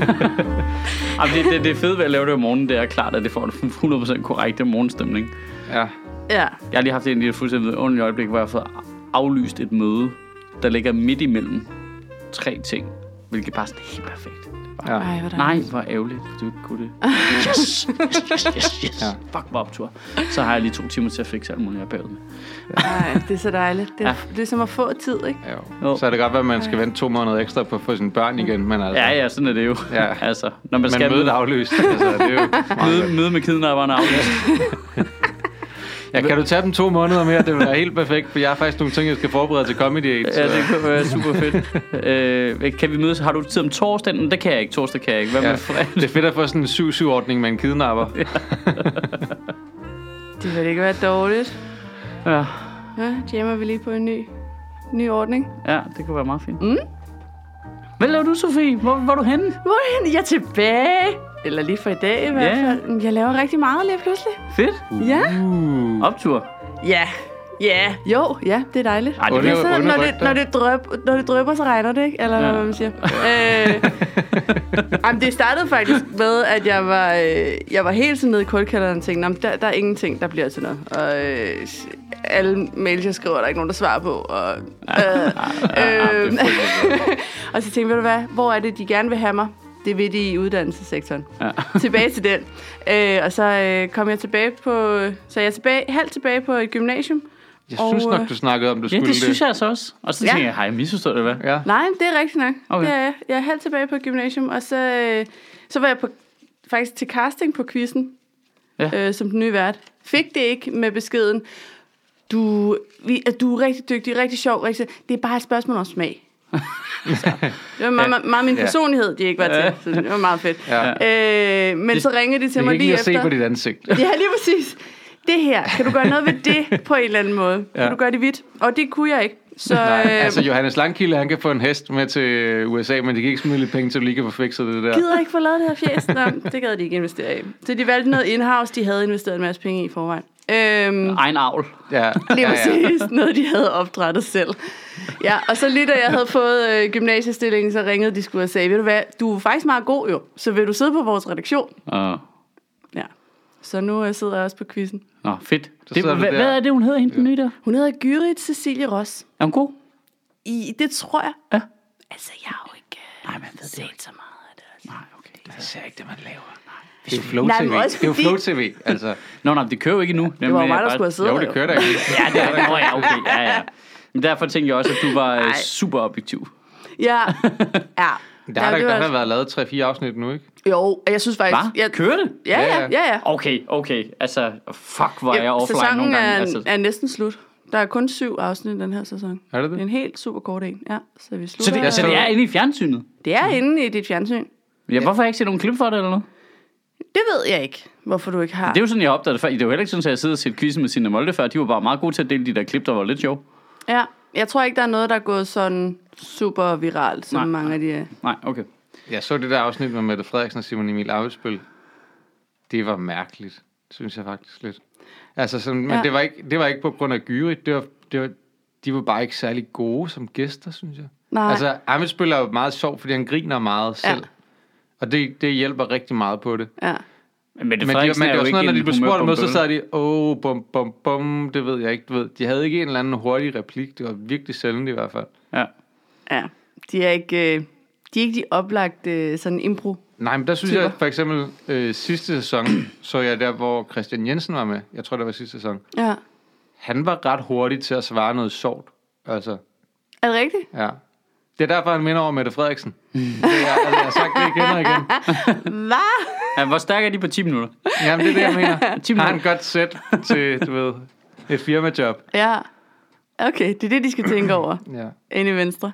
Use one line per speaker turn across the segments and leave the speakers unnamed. Jamen, det, det, det fede ved at lave det om morgenen, det er klart, at det får det 100% korrekte morgenstemning.
Ja.
Ja.
Jeg har lige haft en lille fuldstændig vidunderlig øjeblik, hvor jeg har fået aflyst et møde, der ligger midt imellem tre ting, hvilket bare er sådan helt perfekt.
ja.
Ej, hvor
Nej, hvor ærgerligt, at du ikke kunne det. Yes, yes, yes, yes. Ja. Fuck, hvor optur. Så har jeg lige to timer til at fikse alt muligt, jeg er bagud med.
Ej, det er så dejligt. Det er, ja. det er som at få tid, ikke?
Ja,
Jo.
jo. Så er det godt, være, at man skal vente to måneder ekstra på at få sine børn igen, men altså,
Ja, ja, sådan er det jo.
Ja.
Altså, når man,
men
skal
mødet er aflyst. Altså, det er jo meget
møde,
godt.
møde med kidnapperne aflyst.
ja, kan du tage dem to måneder mere? Det vil være helt perfekt, for jeg har faktisk nogle ting, jeg skal forberede til Comedy Aid.
Ja,
så-
det kunne være super fedt. Øh, kan vi mødes? Har du tid om torsdagen? Det kan jeg ikke. Torsdag kan jeg ikke. Hvad med
Ja,
ja. fredag?
det er fedt at få sådan en 7-7-ordning med en kidnapper.
Det ville ikke være dårligt.
Ja.
Ja, jammer vi lige på en ny, ny ordning.
ja, det kunne være meget fint. Mm. Hvad laver du, Sofie? Hvor, hvor er du henne?
Hvor er jeg henne? Jeg er tilbage. Eller lige for i dag i hvert
Ja.
fald. Yeah. Jeg laver rigtig meget lige pludselig.
Fedt.
Ja.
Uh,
Mm. Optur.
Ja. Ja. Jo, ja, det er dejligt.
Ej, det
Under-
Det er
bliver...
sådan, når det,
underrygter.
når, det drøb, når det drøber, så regner det, ikke? Eller
Ja.
ja. hvad man siger. Øh, jamen, det startede faktisk med, at jeg var, øh, jeg var helt sådan nede i kuldkælderen og tænkte, "Nå, men der, der er ingenting, der bliver til noget. Og øh, alle mails, jeg skriver, der er ikke nogen, der svarer på. Og, øh, øh, og så tænkte jeg, ved du hvad, hvor er det, de gerne vil have mig? Det vil de i uddannelsessektoren.
Ja.
Tilbage til den. Øh, og så øh, kom jeg tilbage på... Så jeg er tilbage, halvt tilbage på et gymnasium.
jeg synes
Og, øh,
nok, du snakkede om,
Ja,
du skulle
det synes jeg altså også. Og så
Ja.
tænker jeg, har jeg misforstået det, hvad?
Ja.
Nej, det er rigtigt nok.
Okay.
Okay. Det er, jeg. jeg er halvt tilbage på gymnasium, og så, øh, så var jeg på, faktisk til casting på quizzen,
Ja.
ja. øh, som den nye vært. Fik det ikke med beskeden, du, vi, at du er rigtig dygtig, rigtig sjov, rigtig, det er bare et spørgsmål om smag. så, det var meget, meget, meget min
Ja.
personlighed, de ikke var til, så det var meget fedt.
Ja.
Øh, men det, så ringede de til
Jeg kan
mig
ikke
lige
lige at
efter.
se på dit ansigt.
Ja, lige præcis. Det her, kan du gøre noget ved det på en eller anden måde?
Ja.
Ja. Kan du gøre det hvidt? Og det kunne jeg ikke. Så,
Nej,
øh,
altså Johannes Langkilde, han kan få en hest med til USA, men de kan ikke smide lidt penge til, at du lige kan få fikset det der.
gider ikke få lavet det her fjæs. Nå, det gad de ikke investere i. Så de valgte noget in-house, de havde investeret en masse penge i i forvejen. Øhm,
Egen avl.
Ja,
det var
ja, ja.
præcis noget, de havde opdrettet selv. Ja, og så lige da jeg havde fået øh, gymnasiestillingen, så ringede de skulle og sagde, ved du hvad, du er faktisk meget god jo, så vil du sidde på vores redaktion?
Uh.
Ja. Så nu øh, sidder jeg også på quizzen.
Nå, fedt. Det,
sidder du
hvad,
der.
hvad er det, hun hedder, hende den nye der?
Hun hedder Gyrit Cecilie Ross.
Er hun god?
I, det tror jeg.
Ja.
Altså, jeg har jo ikke øh,
Nej, men jeg ved det
set så meget af det. altså.
Nej, okay.
Jeg ser ikke det, man laver. Det er jo Flow
Nej,
TV.
men også
Det er jo
fordi-
Flow TV. Altså,
Nå, nej, det kører jo ikke endnu.
Det var jo mig, der skulle have siddet
jo,
jo.
det kører da ikke.
Ja, det er Nå, ja, okay. Ja, ja. Men derfor tænkte jeg også, at du var Ej. super objektiv.
Ja. ja.
Der har,
ja,
ja,
det
der,
var- altså-
der har været lavet 3-4 afsnit nu, ikke?
Jo, og jeg synes faktisk...
Hvad?
Jeg,
Kører det?
Ja,
Ja,
ja,
ja.
ja. ja.
Okay, okay. Altså, fuck, hvor er jeg offline
sæsonen
nogle gange.
er,
altså,
er næsten slut. Der er kun syv afsnit i den her sæson.
Er det det?
Det er en helt super kort en. Ja, så vi
så,
slutter.
det, så det er inde i fjernsynet?
det er inde i dit fjernsyn.
Ja, hvorfor har jeg ikke set nogen klip for det eller noget?
Det ved jeg ikke, hvorfor du ikke har.
Det er jo sådan, jeg opdagede det før. Det er jo heller ikke sådan, at jeg sidder og ser quizzen med sine Molde før. De var bare meget gode til at dele de der klip, der var lidt sjov.
Ja, jeg tror ikke, der er noget, der er gået sådan super viralt, som
Nej.
nej, mange af de er.
Nej, okay.
Jeg så det der afsnit med Mette Frederiksen og Simon Emil Amesbøl. Det var mærkeligt, synes jeg faktisk lidt. Altså sådan, men ja.
Ja.
det, var ikke, det var ikke på grund af Gyri. Det var, det var, de var bare ikke særlig gode som gæster, synes jeg.
Nej.
Altså, Amesbøl er jo meget sjov, fordi han griner meget selv. Ja. Og det, det hjælper rigtig meget på det.
Ja.
Men Mette
Men, de, men
Frederiksen er
det
jo
var sådan
ikke
noget, når de
en
blev spurgt om noget, så
humørbombe,
sad de, åh, oh, bum, bum, bum, det ved jeg ikke, du ved. De havde ikke en eller anden hurtig replik, det var virkelig sjældent i hvert fald.
vel? Ja.
ja. De er ikke... øh, De er ikke de oplagte øh, sådan impro.
Nej, men der synes
Typer.
jeg for eksempel, øh, sidste sæson så jeg der, hvor Christian Jensen var med. Jeg tror, det var sidste sæson.
Ja.
Han var ret hurtig til at svare noget sjovt. Altså,
Er det rigtigt?
ja. Det er derfor, han minder over Mette Frederiksen. Det er, altså, jeg har sagt det igen og igen.
Hvad?
ja. Hvor stærk er de på 10 minutter?
Jamen, det er det, jeg
Tim
mener. Har
Lang.
han godt sæt til, du ved, et firmajob.
Ja. Okay, det er det, de skal tænke over.
Ja.
Inde i venstre.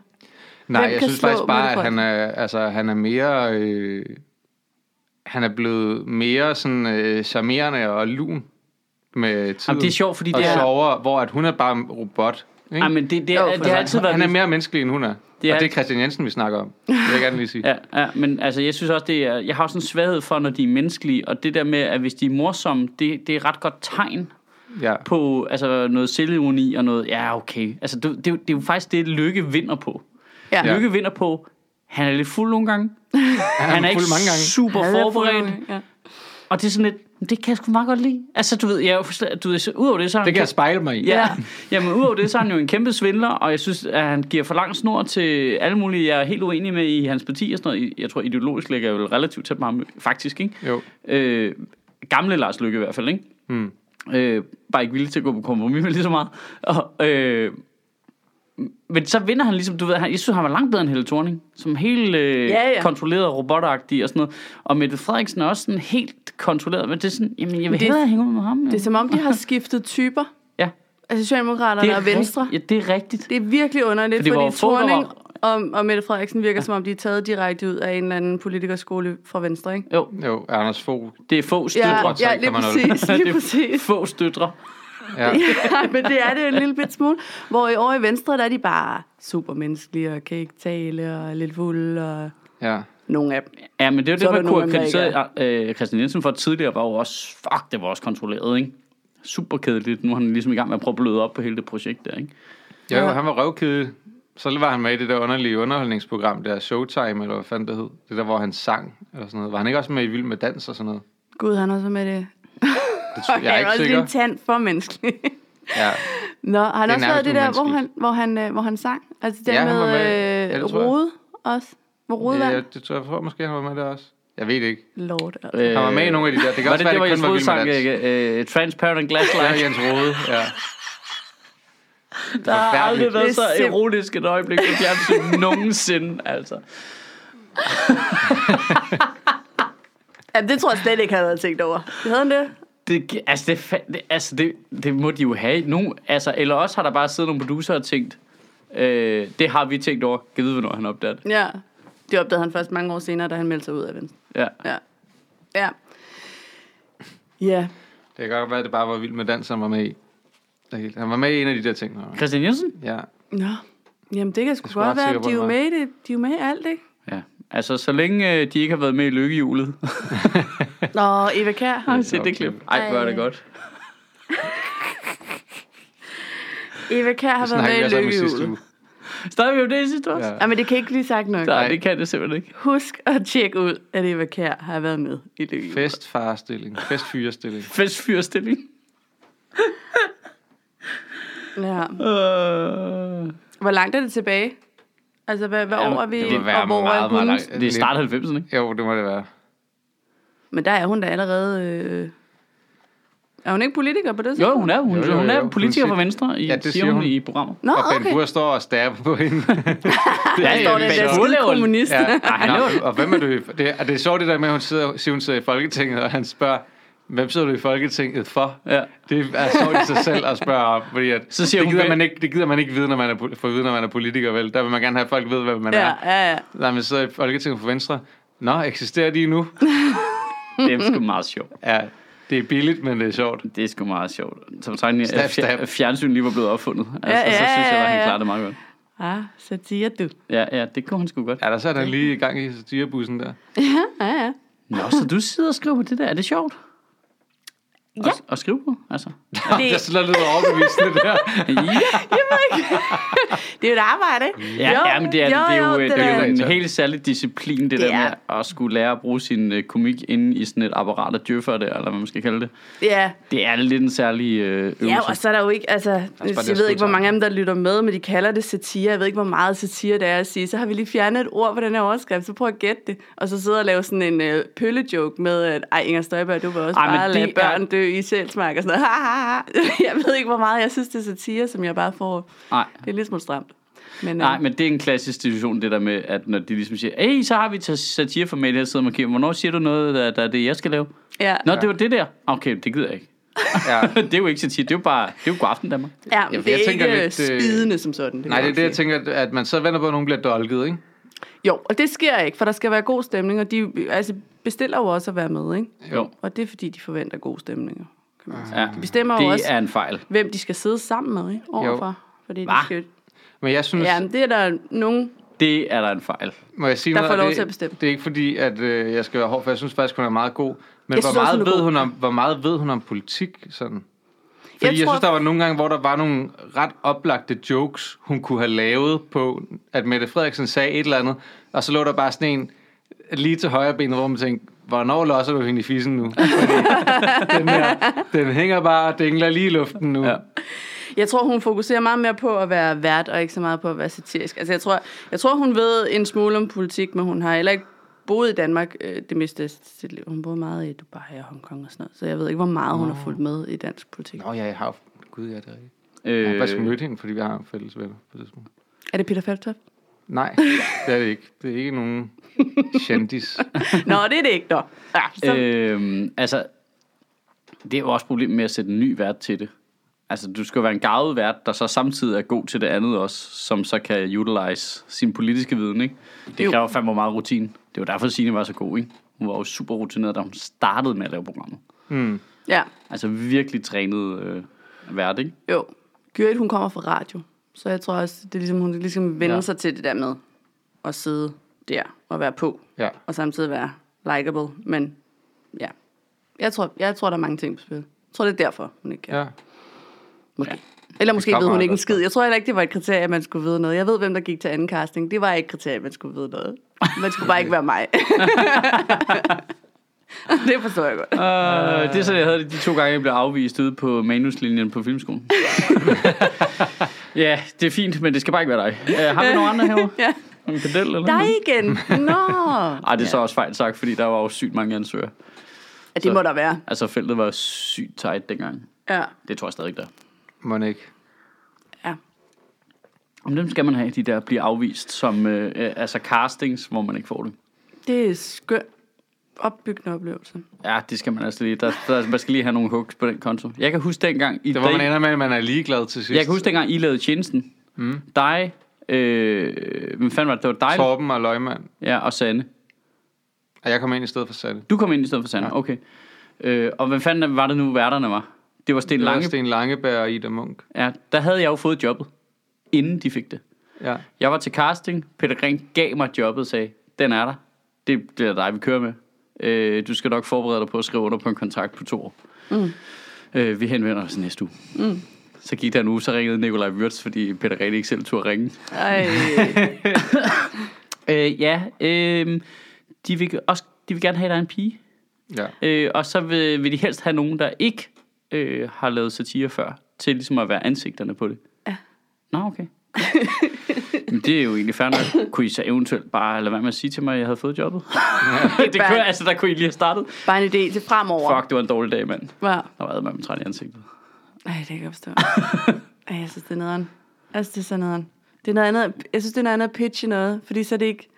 Nej,
Hvem
jeg
kan
synes
slå
faktisk bare,
Mette
at han er, altså, han er mere... Øh, han er blevet mere sådan øh, charmerende og lun med tiden.
Jamen, det er sjovt, fordi
og
det er-
sjovere, hvor at hun er bare en robot. Ikke?
Ej,
Altså,
Ah, men det, det,
Jo,
er,
for
det har
sig.
altid været
han er
mit-
mere menneskelig, end hun er.
Det er-
Det er og det er Christian Jensen, vi snakker om. Det vil jeg gerne lige sige.
Ja, ja, men altså, jeg synes også, det er, jeg har også en svaghed for, når de er menneskelige, og det der med, at hvis de er morsomme, det, det er et ret godt tegn
Ja.
på altså, noget selvironi og noget, ja, okay. Altså, det, det, er jo- det er jo faktisk det, lykke vinder på.
Ja.
Ja. Lykke vinder på, Han er lidt fuld nogle gange. Han er ikke
fuld mange gange.
super
Han er fuld
forberedt.
nogle gange, ja.
Og det er sådan lidt, det kan jeg sgu meget godt lide. Altså, du ved, jeg, er jo forstå- du ved, så udover det, så er han
Det kan jeg spejle mig i.
Ja. Jamen udover det, så er han jo en kæmpe svindler, og jeg synes, at han giver for lang snor til alle mulige, jeg er helt uenig med i hans parti og sådan noget. Jeg tror, ideologisk ligger jeg vel relativt tæt på ham, faktisk, ikke?
Jo.
Øh, gamle Lars Lykke i hvert fald, ikke?
Mm.
Øh, bare ikke villig til at gå på kompromis med lige så meget. Og, øh, men så vinder han ligesom, du ved, han, jeg synes, han var langt bedre end Helle Thorning, som helt øh,
Ja,
ja,
ja.
ja. kontrolleret og robotagtig og sådan noget. Og Mette Frederiksen er også sådan helt kontrolleret, men det er sådan, jamen jeg vil
Det-
hellere hænge ud med ham. Ja.
Det er som om, de har skiftet typer.
ja.
Altså Socialdemokraterne og Venstre.
Rigt, ja, det er rigtigt.
Det er virkelig underligt,
Fordi
fordi,
hvor
fordi
Fogh var-
Thorning og, og Mette Frederiksen virker, som om de er taget direkte ud af en eller anden politikerskole fra Venstre, ikke?
Jo,
Jo, Anders Fogh.
det er få støtre.
Ja,
tror,
ja lige
3,0.
præcis,
Det
lige
er
præcis.
Få støtre.
Ja.
Ja, men det er det jo en lille bit smule. Hvor i år i Venstre, der er de bare supermenneskelige og kan ikke tale og er lidt fulde og
ja.
nogle af dem.
Ja, men det er jo
Så er
det, man
der
kunne
nogen,
have
der ikke
kritiseret øh, Christian Jensen for tidligere, var jo også, fuck, det var også kontrolleret, ikke? Super kedeligt. Nu er han ligesom i gang med at prøve at bløde op på hele det projekt der, ikke?
Jo,
Ja.
han var røvkede. Så var han med i det der underlige underholdningsprogram, der Showtime, eller hvad fanden det hed. Det der, hvor han sang, eller sådan noget. Var han ikke også med i Vild med Dans og sådan noget?
Gud, han er også med i det.
Det tror,
Og
jeg er
han
ikke
også
sikker.
en tand for menneskelig.
Ja.
Nå, har
Det
han
er
også
nærmest
været det der, hvor han,
umenneskeligt.
hvor, han, øh, hvor han sang? Altså det
Ja,
der
han var
med,
med- ja,
øh,
det tror jeg.
Rode også? Hvor Rode
ja,
vandt?
jeg, det tror, jeg tror måske, han var med der også. Jeg ved det ikke.
Lord. altså.
Øh,
Han var med i nogle af de der. Det kan
var
også
det,
være,
det,
det,
hvor
kun
Jens
var
Rode
Vild med
sang,
Dans.
øh, øh, Transparent Glass
Det var
Light?
Jens Rode, ja.
Der har aldrig
forfærdeligt.
været
Det
så
er simp-
erotisk et øjeblik på fjernsyn nogensinde, altså.
Jamen, det tror jeg slet ikke, han havde tænkt over. Havde han det?
Det, gi- altså, det, fa- det, altså det, det må de jo have. Nogen, altså, eller også har der bare siddet nogle producer og tænkt, øh, det har vi tænkt over. Kan vide, hvornår han opdager det.
Ja. Det opdagede han først mange år senere, da han meldte sig ud af Venstre.
Ja.
Ja. Ja. Ja.
Det kan godt være, det bare var Vild med Dans, han var med i. Det er helt- Han var med i en af de der ting. han var med i.
Christian Jensen?
Ja.
Nå. Jamen, det kan sgu
sgu
godt
ret
være.
sikker på,
De er jo
det
med i det. De er jo med i alt, ikke?
Ja, altså så længe øh, de ikke har været med i lykkehjulet.
Nå, Eva Kær.
Har
Har...
I set det klip? Ej, hvor er det godt.
Eva Kær har
Det
været
snakkede
med
jeg
i
så altså om i sidste
lykkehjulet.
uge.
Snakker vi om det i sidste også? Ja.
Ja.
Ja, men det kan ikke blive sagt nok.
Nej,
Nej.
det kan det simpelthen ikke.
Husk at tjekke ud, at Eva Kær har været med i lykkehjulet.
Festfarestilling. Festfyrestilling.
Festfyrstilling.
Ja.
Øh.
Hvor langt er det tilbage? Altså, hvad, hvad
Ja,
år er vi?
det må være
og hvor er
meget, meget
hun?
langt.
Det er start 90'erne, ikke?
Jo, det må det være.
Men der er hun da allerede... Øh... Er hun ikke politiker på det tidspunkt?
Jo, hun er, hun,
Jo, jo,
hun er
jo.
politiker
Hun
fra
siger-
Venstre, i,
Ja,
ja,
det
det
siger
siger hun
hun.
i programmet.
Nå,
Og
okay.
Ben Hur står og stapper på hende.
Ja,
står den der
Ben Hur
skide
laver-
kommunist.
Ja,
Ej, han
Nå,
laver-
og hvem er du i, det, er det er sjovt det der med, at hun sidder, siger, hun sidder i Folketinget, og han spørger, hvem sidder du i Folketinget for?
Ja.
Det er sjovt i sig selv at spørge om, fordi at
Så siger
det,
hun,
gider
hvem-
man ikke, det gider man ikke vide, når man er, po- for at vide, når man er politiker, vel? Der vil man gerne have, at folk ved, hvem man
Ja,
er.
ja, ja.
Nej, men sidder i Folketinget for Venstre. Nå, eksisterer de nu?
Det er sgu meget sjovt.
Ja, det er billigt, men det er sjovt.
Det er sgu meget sjovt. Som tegning, at
Stab,
fjer-
stab.
at fjernsyn lige var blevet opfundet. Altså,
Ja,
så
ja,
synes jeg,
ja,
at han
ja.
klarede det meget godt.
Ah, satire du.
Ja, ja, det kunne han sgu godt.
Ja, der så er der lige i gang i satirebussen der.
Ja, ja.
Nå, så du sidder og skriver på det der. Er det sjovt?
Ja.
Og, og skrive på, altså.
Det, det sådan lidt overbevisende der.
Ja.
Det er jo et arbejde, ikke?
Ja, jo, ja men det er, jo, det er jo, det er jo
rigtigt.
en helt særlig disciplin, det, det der
er.
med at skulle lære at bruge sin øh, komik inde i sådan et apparat af djøffer der, eller hvad man skal kalde det.
Ja,
Det er lidt en særlig øh, øvelse.
ja, og så er der jo ikke, altså,
bare det
jeg
at
ved ikke, hvor
skrive
mange af dem, der lytter med, men de kalder det satire. Jeg ved ikke, hvor meget satire det er at sige. Så har vi lige fjernet et ord på den her overskrift, så prøv at gætte det. Og så sidde og lave sådan en øh, pøllejoke med, at ej, Inger Støjberg, du var også
Ej,
Ej,
men
bare
det
lade
er-
børn dø i sjælsmark og sådan noget. Ha, ha, ha. Jeg ved ikke, hvor meget jeg synes, det er satire, som jeg bare får.
Nej.
Det er lidt smule stramt. Men, øh,
Nej, men det er en klassisk diskussion, det der med, at når de ligesom siger, hey, så har vi et satireformat her, sidder og markerer, hvornår siger du noget, der, der er det, jeg skal lave?
ja.
Nå, ja. det var det der. Okay, det gider jeg ikke.
Ja.
det er jo ikke satire, det er jo bare, det er jo god aften, Danmark.
Ja, men
Ja, for
det
jeg
er
tænker
ikke lidt,
lidt, øh,
spidende som sådan.
Nej, det er
kan man
det, jeg
sige.
tænker, at man så venter på, at nogen bliver dolket, ikke?
Jo, og det sker ikke, for der skal være god stemning, og de altså, bestiller jo også at være med, ikke?
Jo.
Og det er, fordi de forventer gode stemninger. Kan man sige.
Ja.
De bestemmer jo
Det
også,
er en fejl.
hvem de skal sidde sammen med, ikke? Overfor. Fordi de
Hva?
skal...
Men jeg synes,
Ja, men det er der nogen...
Det er der en fejl.
Må jeg sige
Der
noget?
får
Og
lov
det,
til at bestemme.
Det er ikke fordi, at øh, jeg skal være hård, for jeg synes faktisk, hun er meget god. Men
Jeg
hvor
synes også,
meget,
hun er
ved
god.
hun om, hvor meget ved hun om politik? Sådan? Fordi jeg, tror, jeg synes, der var nogle gange, hvor der var nogle ret oplagte jokes, hun kunne have lavet på, at Mette Frederiksen sagde et eller andet, og så lå der bare sådan en lige til højre benet, hvor man tænkte, hvornår losser du hende i fissen nu? Fordi den, her, den hænger bare og dingler lige i luften nu. Ja.
Jeg tror, hun fokuserer meget mere på at være vært, og ikke så meget på at være satirisk. Altså, jeg tror, jeg tror hun ved en smule om politik, men hun har heller ikke boet i Danmark øh, det meste af sit liv. Hun boede meget i Dubai og Hongkong og sådan noget, så jeg ved ikke, hvor meget hun har fulgt med i dansk politik.
Nå ja, jeg har Gud, ja, det er rigtigt. Jeg har
Øh,
faktisk mødt hende, fordi vi har fælles venner på det tidspunkt.
Er det Peter Faltop?
Nej, det er det ikke. Det er ikke nogen shandis.
Nå, det er det ikke, dog. Ja, så, øh,
Øhm, altså, det er jo også problemet med at sætte en ny vært til det. Altså, du skal jo være en garvet vært, der så samtidig er god til det andet også, som så kan utilize sin politiske viden, ikke? Det
Jo.
jo. kræver fandme meget rutine. Det var derfor, Signe var så god, ikke? Hun var jo super rutineret, da hun startede med at lave programmet.
Mm.
ja,
Altså, virkelig trænet øh, vært, ikke?
jo. Gyrit, hun kommer fra radio, så jeg tror også, det er ligesom, hun ligesom vender ja.
Ja.
sig til det der med at sidde der og være på,
Ja.
og samtidig være likable, men ja. Jeg tror, jeg tror, der er mange ting på spil. Jeg tror, det er derfor, hun ikke kan.
ja.
Måske. Eller måske
kommer
ved hun
aldrig
ikke en
fra.
skid. Jeg tror heller ikke, det var et kriterie, at man skulle vide noget. Jeg ved, hvem der gik til anden casting. Det var ikke et kriterie, at man skulle vide noget. Man skulle bare ikke være mig. det forstår jeg godt.
Øh, det er så, jeg havde det de to gange, jeg blev afvist ude på manuslinjen på filmskolen. ja, det er fint, men det skal bare ikke være dig. Øh, har vi nogen andre herovre?
Ja.
En kadel eller
Dig
noget?
igen. Nå.
Ej, det er så også fejl sagt, fordi der var jo sygt mange ansøgere.
Ja, det må der være.
Altså, feltet var sygt tight dengang.
Ja.
Det tror jeg stadig, der. er.
Må ikke.
ja.
Om dem skal man have, de der bliver afvist som øh, øh, altså castings, hvor man ikke får det.
Det er skøn opbyggende oplevelse.
Ja, det skal man altså lige. Der, der, man skal lige have nogle hooks på den konto. Jeg kan huske dengang... I
Det var,
dag-
man ender med, at man er ligeglad til sidst.
Jeg kan huske dengang, I lavede tjenesten. Mm. Dig, øh, hvem fanden var det? Det var dig,
Torben og Løgmand.
ja, og Sanne.
Og jeg kom ind i stedet for Sande.
Du kom ind i stedet for Sanne, ja. okay. Øh, og hvem fanden var det nu, værterne var? Det var Sten
Det var
Lange.
Sten Langeberg og Ida Munk.
Ja, der havde jeg jo fået jobbet, inden de fik det.
Ja.
Jeg var til casting, Peter Gren gav mig jobbet og sagde, den er der. Det bliver dig, vi kører med. Øh, du skal nok forberede dig på at skrive under på en kontrakt på to år. Mm. Øh, vi henvender os næste uge. Mm. Så gik der en uge, så ringede Nikolaj Wirtz, fordi Peter Gren ikke selv turde ringe.
Ej.
Øh, ja, øh, de, vil også, de vil gerne have, at der er en pige.
ja.
Øh, og så vil, vil de helst have nogen, der ikke øh, har lavet satire før, til ligesom at være ansigterne på det.
Ja.
Nå, okay. Men det er jo egentlig fair nok. Kunne I så eventuelt bare lade være med at sige til mig, at jeg havde fået jobbet? Ja. det kunne, altså, der kunne I lige have startet.
Bare en idé til fremover.
Fuck, det var en dårlig dag, mand.
Ja.
Der var med træt i ansigtet.
Ej, det kan jeg ikke forstå. Ej, jeg synes, det er nederen. Jeg synes, det er så nederen. Det er noget andet, jeg synes, det er noget andet at pitche noget, fordi så er det ikke...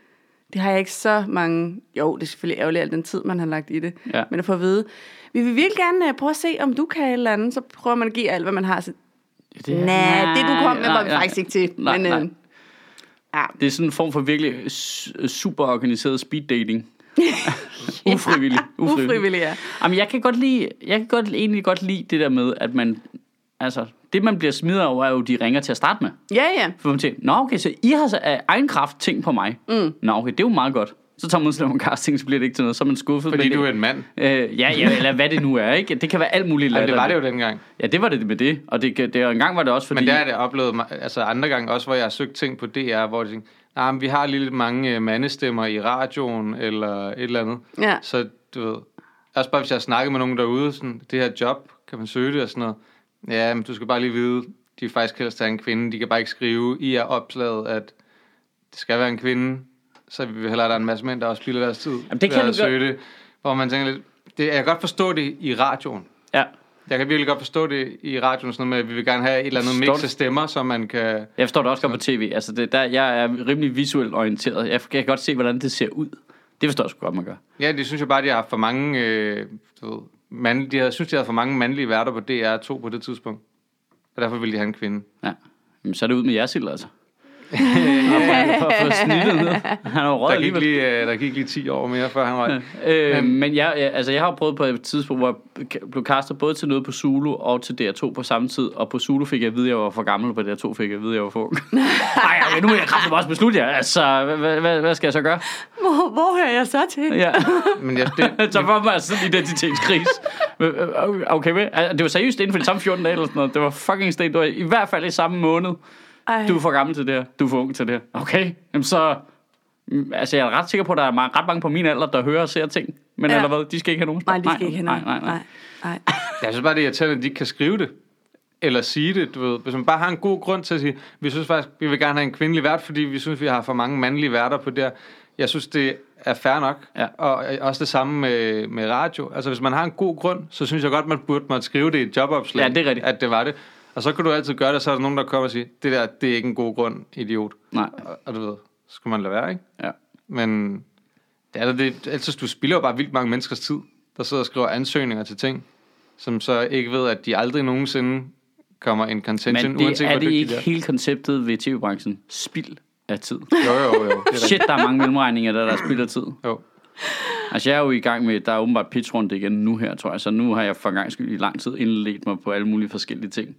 Det har jeg ikke så mange... Jo, det er selvfølgelig ærgerligt, al den tid, man har lagt i det.
Ja.
Men at få at vide, vi vil virkelig gerne øh, prøve at se, om du kan et eller andet. Så prøver man at give alt, hvad man har. Så,
Det,
Næh, det du kom med, var vi faktisk ikke til.
Nej,
men, øh,
nej.
Ja,
Det er sådan en form for virkelig su- super organiseret speed dating. Ufrivillig.
ufrivillig, ja.
Jamen, jeg kan, godt lide, jeg kan godt, egentlig godt lide det der med, at man... Altså, det man bliver smidt over, er jo, de ringer til at starte med.
Ja, ja.
For man tænker, nå okay, så I har så af egen kraft tænkt på mig. Mm. Nå okay, det er jo meget godt. Så tager man sådan nogle casting, så bliver det ikke til noget, så er man skuffet.
Fordi
men
du er
det,
en mand.
øh, ja, ja, eller hvad det nu er, ikke? Det kan være alt muligt.
Jamen, det var det jo
latterligt.
dengang.
Ja, det var det med det. Og det, kan- det og engang var det også, fordi...
Men der er det oplevet mig- altså andre gange også, hvor jeg har søgt ting på DR, hvor de tænker, nah, men vi har lige lidt mange øh, mandestemmer i radioen eller et eller andet.
Ja.
Så du ved, også bare hvis jeg snakker med nogen derude, sådan, det her job, kan man søge det og sådan noget. Ja, men du skal bare lige vide, de vil faktisk helst have en kvinde, de kan bare ikke skrive i er opslaget, at det skal være en kvinde, så vi vil hellere, at der er en masse mænd, der også spilder deres tid. Jamen,
det kan du godt-
søge det, hvor man tænker lidt, det, jeg kan godt forstå det i radioen.
Ja.
Jeg kan virkelig godt forstå det i radioen, sådan noget med, at vi vil gerne have et eller andet
Forstår
mix
det.
af stemmer, så man kan...
Jeg forstår det også godt på tv. Altså, det, der, jeg er rimelig visuelt orienteret. Jeg, jeg kan godt se, hvordan det ser ud. Det forstår jeg sgu godt, man gør.
Ja, det synes jeg bare, de har haft for mange... Øh, du ved, mand, de havde, synes, de havde for mange mandlige værter på DR2 på det tidspunkt. Og derfor ville de have en kvinde.
Ja. Jamen, så er det ud med jeres ild, altså. for at få snittet ned. Han har jo røget
Der gik,
alligevel.
lige, øh, der gik lige 10 år mere, før han røg.
Øh, men jeg, jeg, altså jeg har jo prøvet på et tidspunkt, hvor jeg blev castet både til noget på Zulu og til DR2 på samme tid. Og på Zulu fik jeg at vide, at jeg var for gammel, og på DR2 fik jeg at vide, at jeg var for ung. Ej, okay, nu må jeg kraftigt også beslutte jer. Altså, hvad, hvad- hvad, hvad skal jeg så gøre?
Hvor, hvor hører jeg så til?
Ja.
Men jeg, det,
Så var man sådan en identitetskris. Men, øh, Okay, men, altså, det var seriøst inden for de samme 14 dage eller sådan noget. Det var fucking sten. Det var i hvert fald i samme måned.
Ej.
Du er for gammel til det her. Du er for ung til det her. Okay, jamen så... mm, Altså, jeg er ret sikker på, at der er ma- ret mange på min alder, der hører og ser ting. Men
Ja.
ja. eller hvad, de skal ikke have nogen
Nej,
spørg-
de skal ikke have
nej,
noget.
nej, nej, nej.
nej.
jeg synes bare, det er irriterende, at de ikke kan skrive det. Eller sige det, du ved. Hvis man bare har en god grund til at sige, vi synes faktisk, vi vil gerne have en kvindelig vært, fordi vi synes, vi har for mange mandlige værter på det her. Jeg synes, det er fair nok.
Ja.
Og øh, også det samme med, med radio. Altså, hvis man har en god grund, så synes jeg godt, man burde måtte skrive det i et jobopslag.
Ja, det er rigtigt.
At det var det. Og så kan du altid gøre det, så er der nogen, der kommer og siger, det der, det er ikke en god grund, idiot.
nej.
Og, og du ved, så skal man lade være, ikke?
Ja.
Men det er da det, altså, du spilder jo bare vildt mange menneskers tid, der sidder og skriver ansøgninger til ting, som så ikke ved, at de aldrig nogensinde kommer en contention,
Men det,
uanset
er
hvor
det
dygtige
ikke hele konceptet ved tv-branchen? Spild af tid.
de er. Jo, jo, jo. Det er
Shit, der er mange mellemregninger, der, der er spild af tid.
rigtigt. jo.
Altså, jeg er jo i gang med, der er åbenbart pitchrunde igen nu her, tror jeg. Så nu har jeg for en gang skyld i lang tid indledt mig på alle mulige forskellige ting.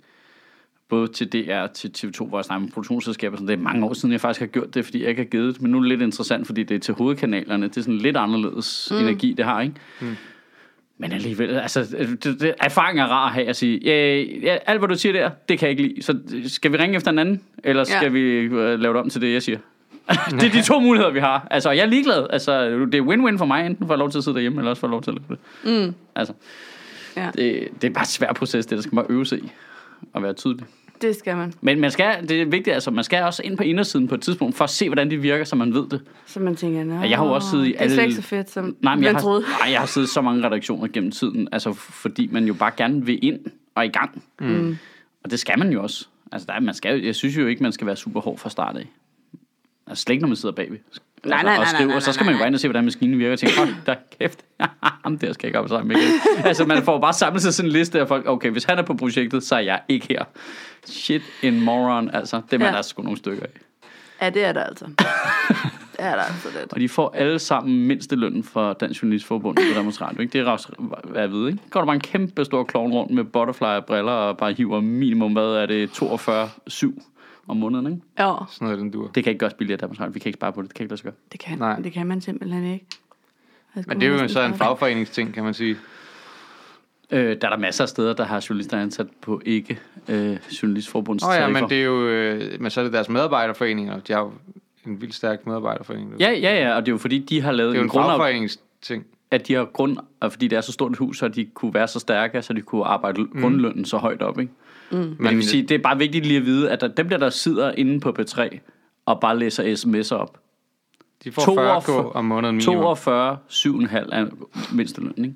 Både til DR, til TV2, hvor jeg snakker med produktionsselskaber. og Sådan. Det er mange år siden, jeg faktisk har gjort det, fordi jeg ikke har givet det. Men nu er det lidt interessant, fordi det er til hovedkanalerne. Det er sådan lidt anderledes mm. energi, det har, ikke? Mm. Men alligevel, altså, det, det, erfaring er rar at have at sige, ja, ja, alt hvad du siger der, det kan jeg ikke lide. Så skal vi ringe efter en anden, eller
Ja.
skal vi øh, lave det om til det, jeg siger? det er de to muligheder, vi har. Altså, jeg er ligeglad. Altså, det er win-win for mig. Enten får jeg lov til at sidde derhjemme, eller også får jeg lov til at lave det. Mm. Altså,
Ja.
det, det er bare en svær proces, det der skal man øve sig i. At være tydelig.
Det skal man,
Men man skal, det er vigtigt, altså, man skal også ind på indersiden på et tidspunkt, for at se, hvordan det virker, så man ved det.
så man tænker, nej.
Jeg har jo også siddet i
Det er slet
alle-
ikke så fedt, som
Nej, men jeg
man
har,
troede.
nej, jeg har siddet i så mange redaktioner gennem tiden, altså, fordi man jo bare gerne vil ind og i gang. Mm. Og det skal man jo også. Altså, der, er- man skal, jo- jeg synes jo ikke, man skal være super hård fra start af. Altså, slet ikke, når man sidder bagved.
Nej,
altså,
nej, nej,
og skriver,
nej, nej,
så skal man jo
nej.
bare ind og se, hvordan maskinen virker, og tænke, hold da kæft, ham der skal jeg ikke op sammen med igen. altså, man får bare samlet sig sådan en liste af folk, okay, hvis han er på projektet, så er jeg ikke her. Shit in moron, altså, det er man
Ja.
ja. altså sgu nogle stykker af.
Ja, det er der altså. det er der altså lidt.
Og de får alle sammen mindste løn fra Dansk Journalistforbund på Danmarks Radio. Ikke? Det er ret hvad jeg ved, ikke? Går der bare en kæmpe stor klovn rundt med butterfly og briller og bare hiver minimum, hvad er det, 42,7 om måneden, ikke?
Jo,
Sådan noget, den dur.
Det kan ikke gøres billigere i Danmarks Radio. Vi kan ikke spare på det. Det kan ikke lade sig gøre.
det kan,
Nej.
det kan man simpelthen ikke. Jeg skulle
Men det er jo
næsten
så en
gøre
fagforeningsting, kan man sige.
Øh, der er der masser af steder, der har journalister ansat på ikke øh, journalistforbunds
Nå ja, men det er jo, øh, men så er det deres medarbejderforeninger, og de har jo en vildt stærk medarbejderforening.
Ja, ja, ja, og det er jo fordi, de har lavet
Det er jo
en
en
grundaftale.
fagforeningsting.
at de har grund, og fordi det er så stort et hus, så de kunne være så stærke, så de kunne arbejde mm. grundlønnen så højt op, ikke? Mm. Men, det
øh,
vil sige, det er bare vigtigt lige at vide, at der, dem der, der sidder inde på B3 og bare læser sms'er op,
De får
42
40k om måneden minimum.
42, 7,5 er mindsteløn, ikke?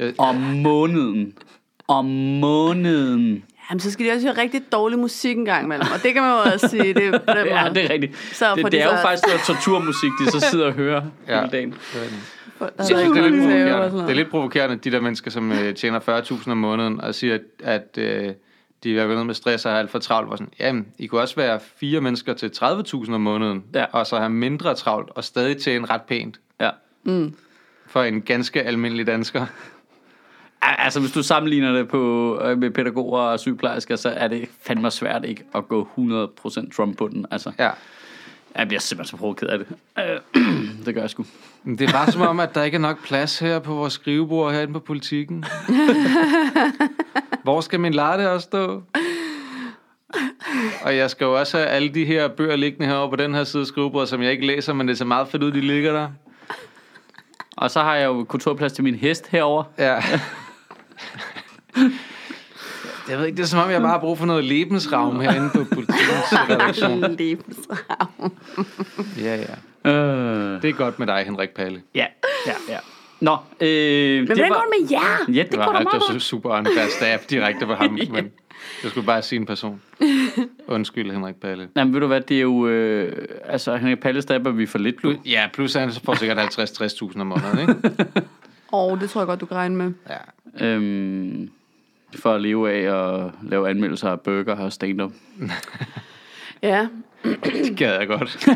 Øh.
Om måneden. Om måneden.
Jamen, så skal de også høre rigtig dårlig musik engang imellem. Og det kan man jo også sige, det er på den måde.
Ja, det er rigtigt.
Så får
det,
de
det er jo
så-
faktisk noget torturmusik, de så sidder og hører
Ja.
hele dagen.
Folk, der
Jeg synes,
ikke
det er lidt
nogen save
provokerende.
og sådan
Det er
noget.
lidt provokerende, de der mennesker, som øh, tjener 40.000 om måneden, og siger, at, at øh, de er gået ned med stress og har alt for travlt. Hvor Sådan, Jamen, I kunne også være fire mennesker til 30.000 om måneden,
Ja.
og så have mindre travlt, og stadig tjene ret pænt
Ja.
for en ganske almindelig dansker.
Al- Altså, hvis du sammenligner det på, øh, med pædagoger og sygeplejersker, så er det fandme svært ikke at gå 100% Trump på den. Altså,
Ja.
jeg bliver simpelthen så provokeret af det. Øh, det gør jeg sgu.
Men det er bare som om, at der ikke er nok plads her på vores skrivebord herinde på politikken. Hvor skal min latte også stå? Og jeg skal jo også have alle de her bøger liggende herovre på den her side af skrivebordet, som jeg ikke læser, men det ser meget fedt ud, de ligger der.
Og så har jeg jo kontorplads til min hest herover.
Ja. Jeg ved ikke, det er som om, jeg bare har brug for noget lebensravn herinde på politikens redaktion.
altså. Lebensrav.
Ja, ja.
Øh,
Det er godt med dig, Henrik Palle.
ja, ja, ja. Nå, øh,
Men hvordan går det med jer?
Ja, det,
Det
går da
var,
meget
det
godt.
var super unfair stab direkte på ham, men jeg skulle bare sige en person. Undskyld, Henrik Palle.
Jamen, ved du hvad, det er jo... Øh, altså, Henrik Palle stabber vi for lidt nu.
Ja, plus han får sikkert 50-60.000 om måneden, ikke?
Åh, oh, det tror jeg godt, du kan regne med.
Ja.
Øhm, for at leve af og lave anmeldelser af burger og stand-up.
Ja,
Det gad jeg godt.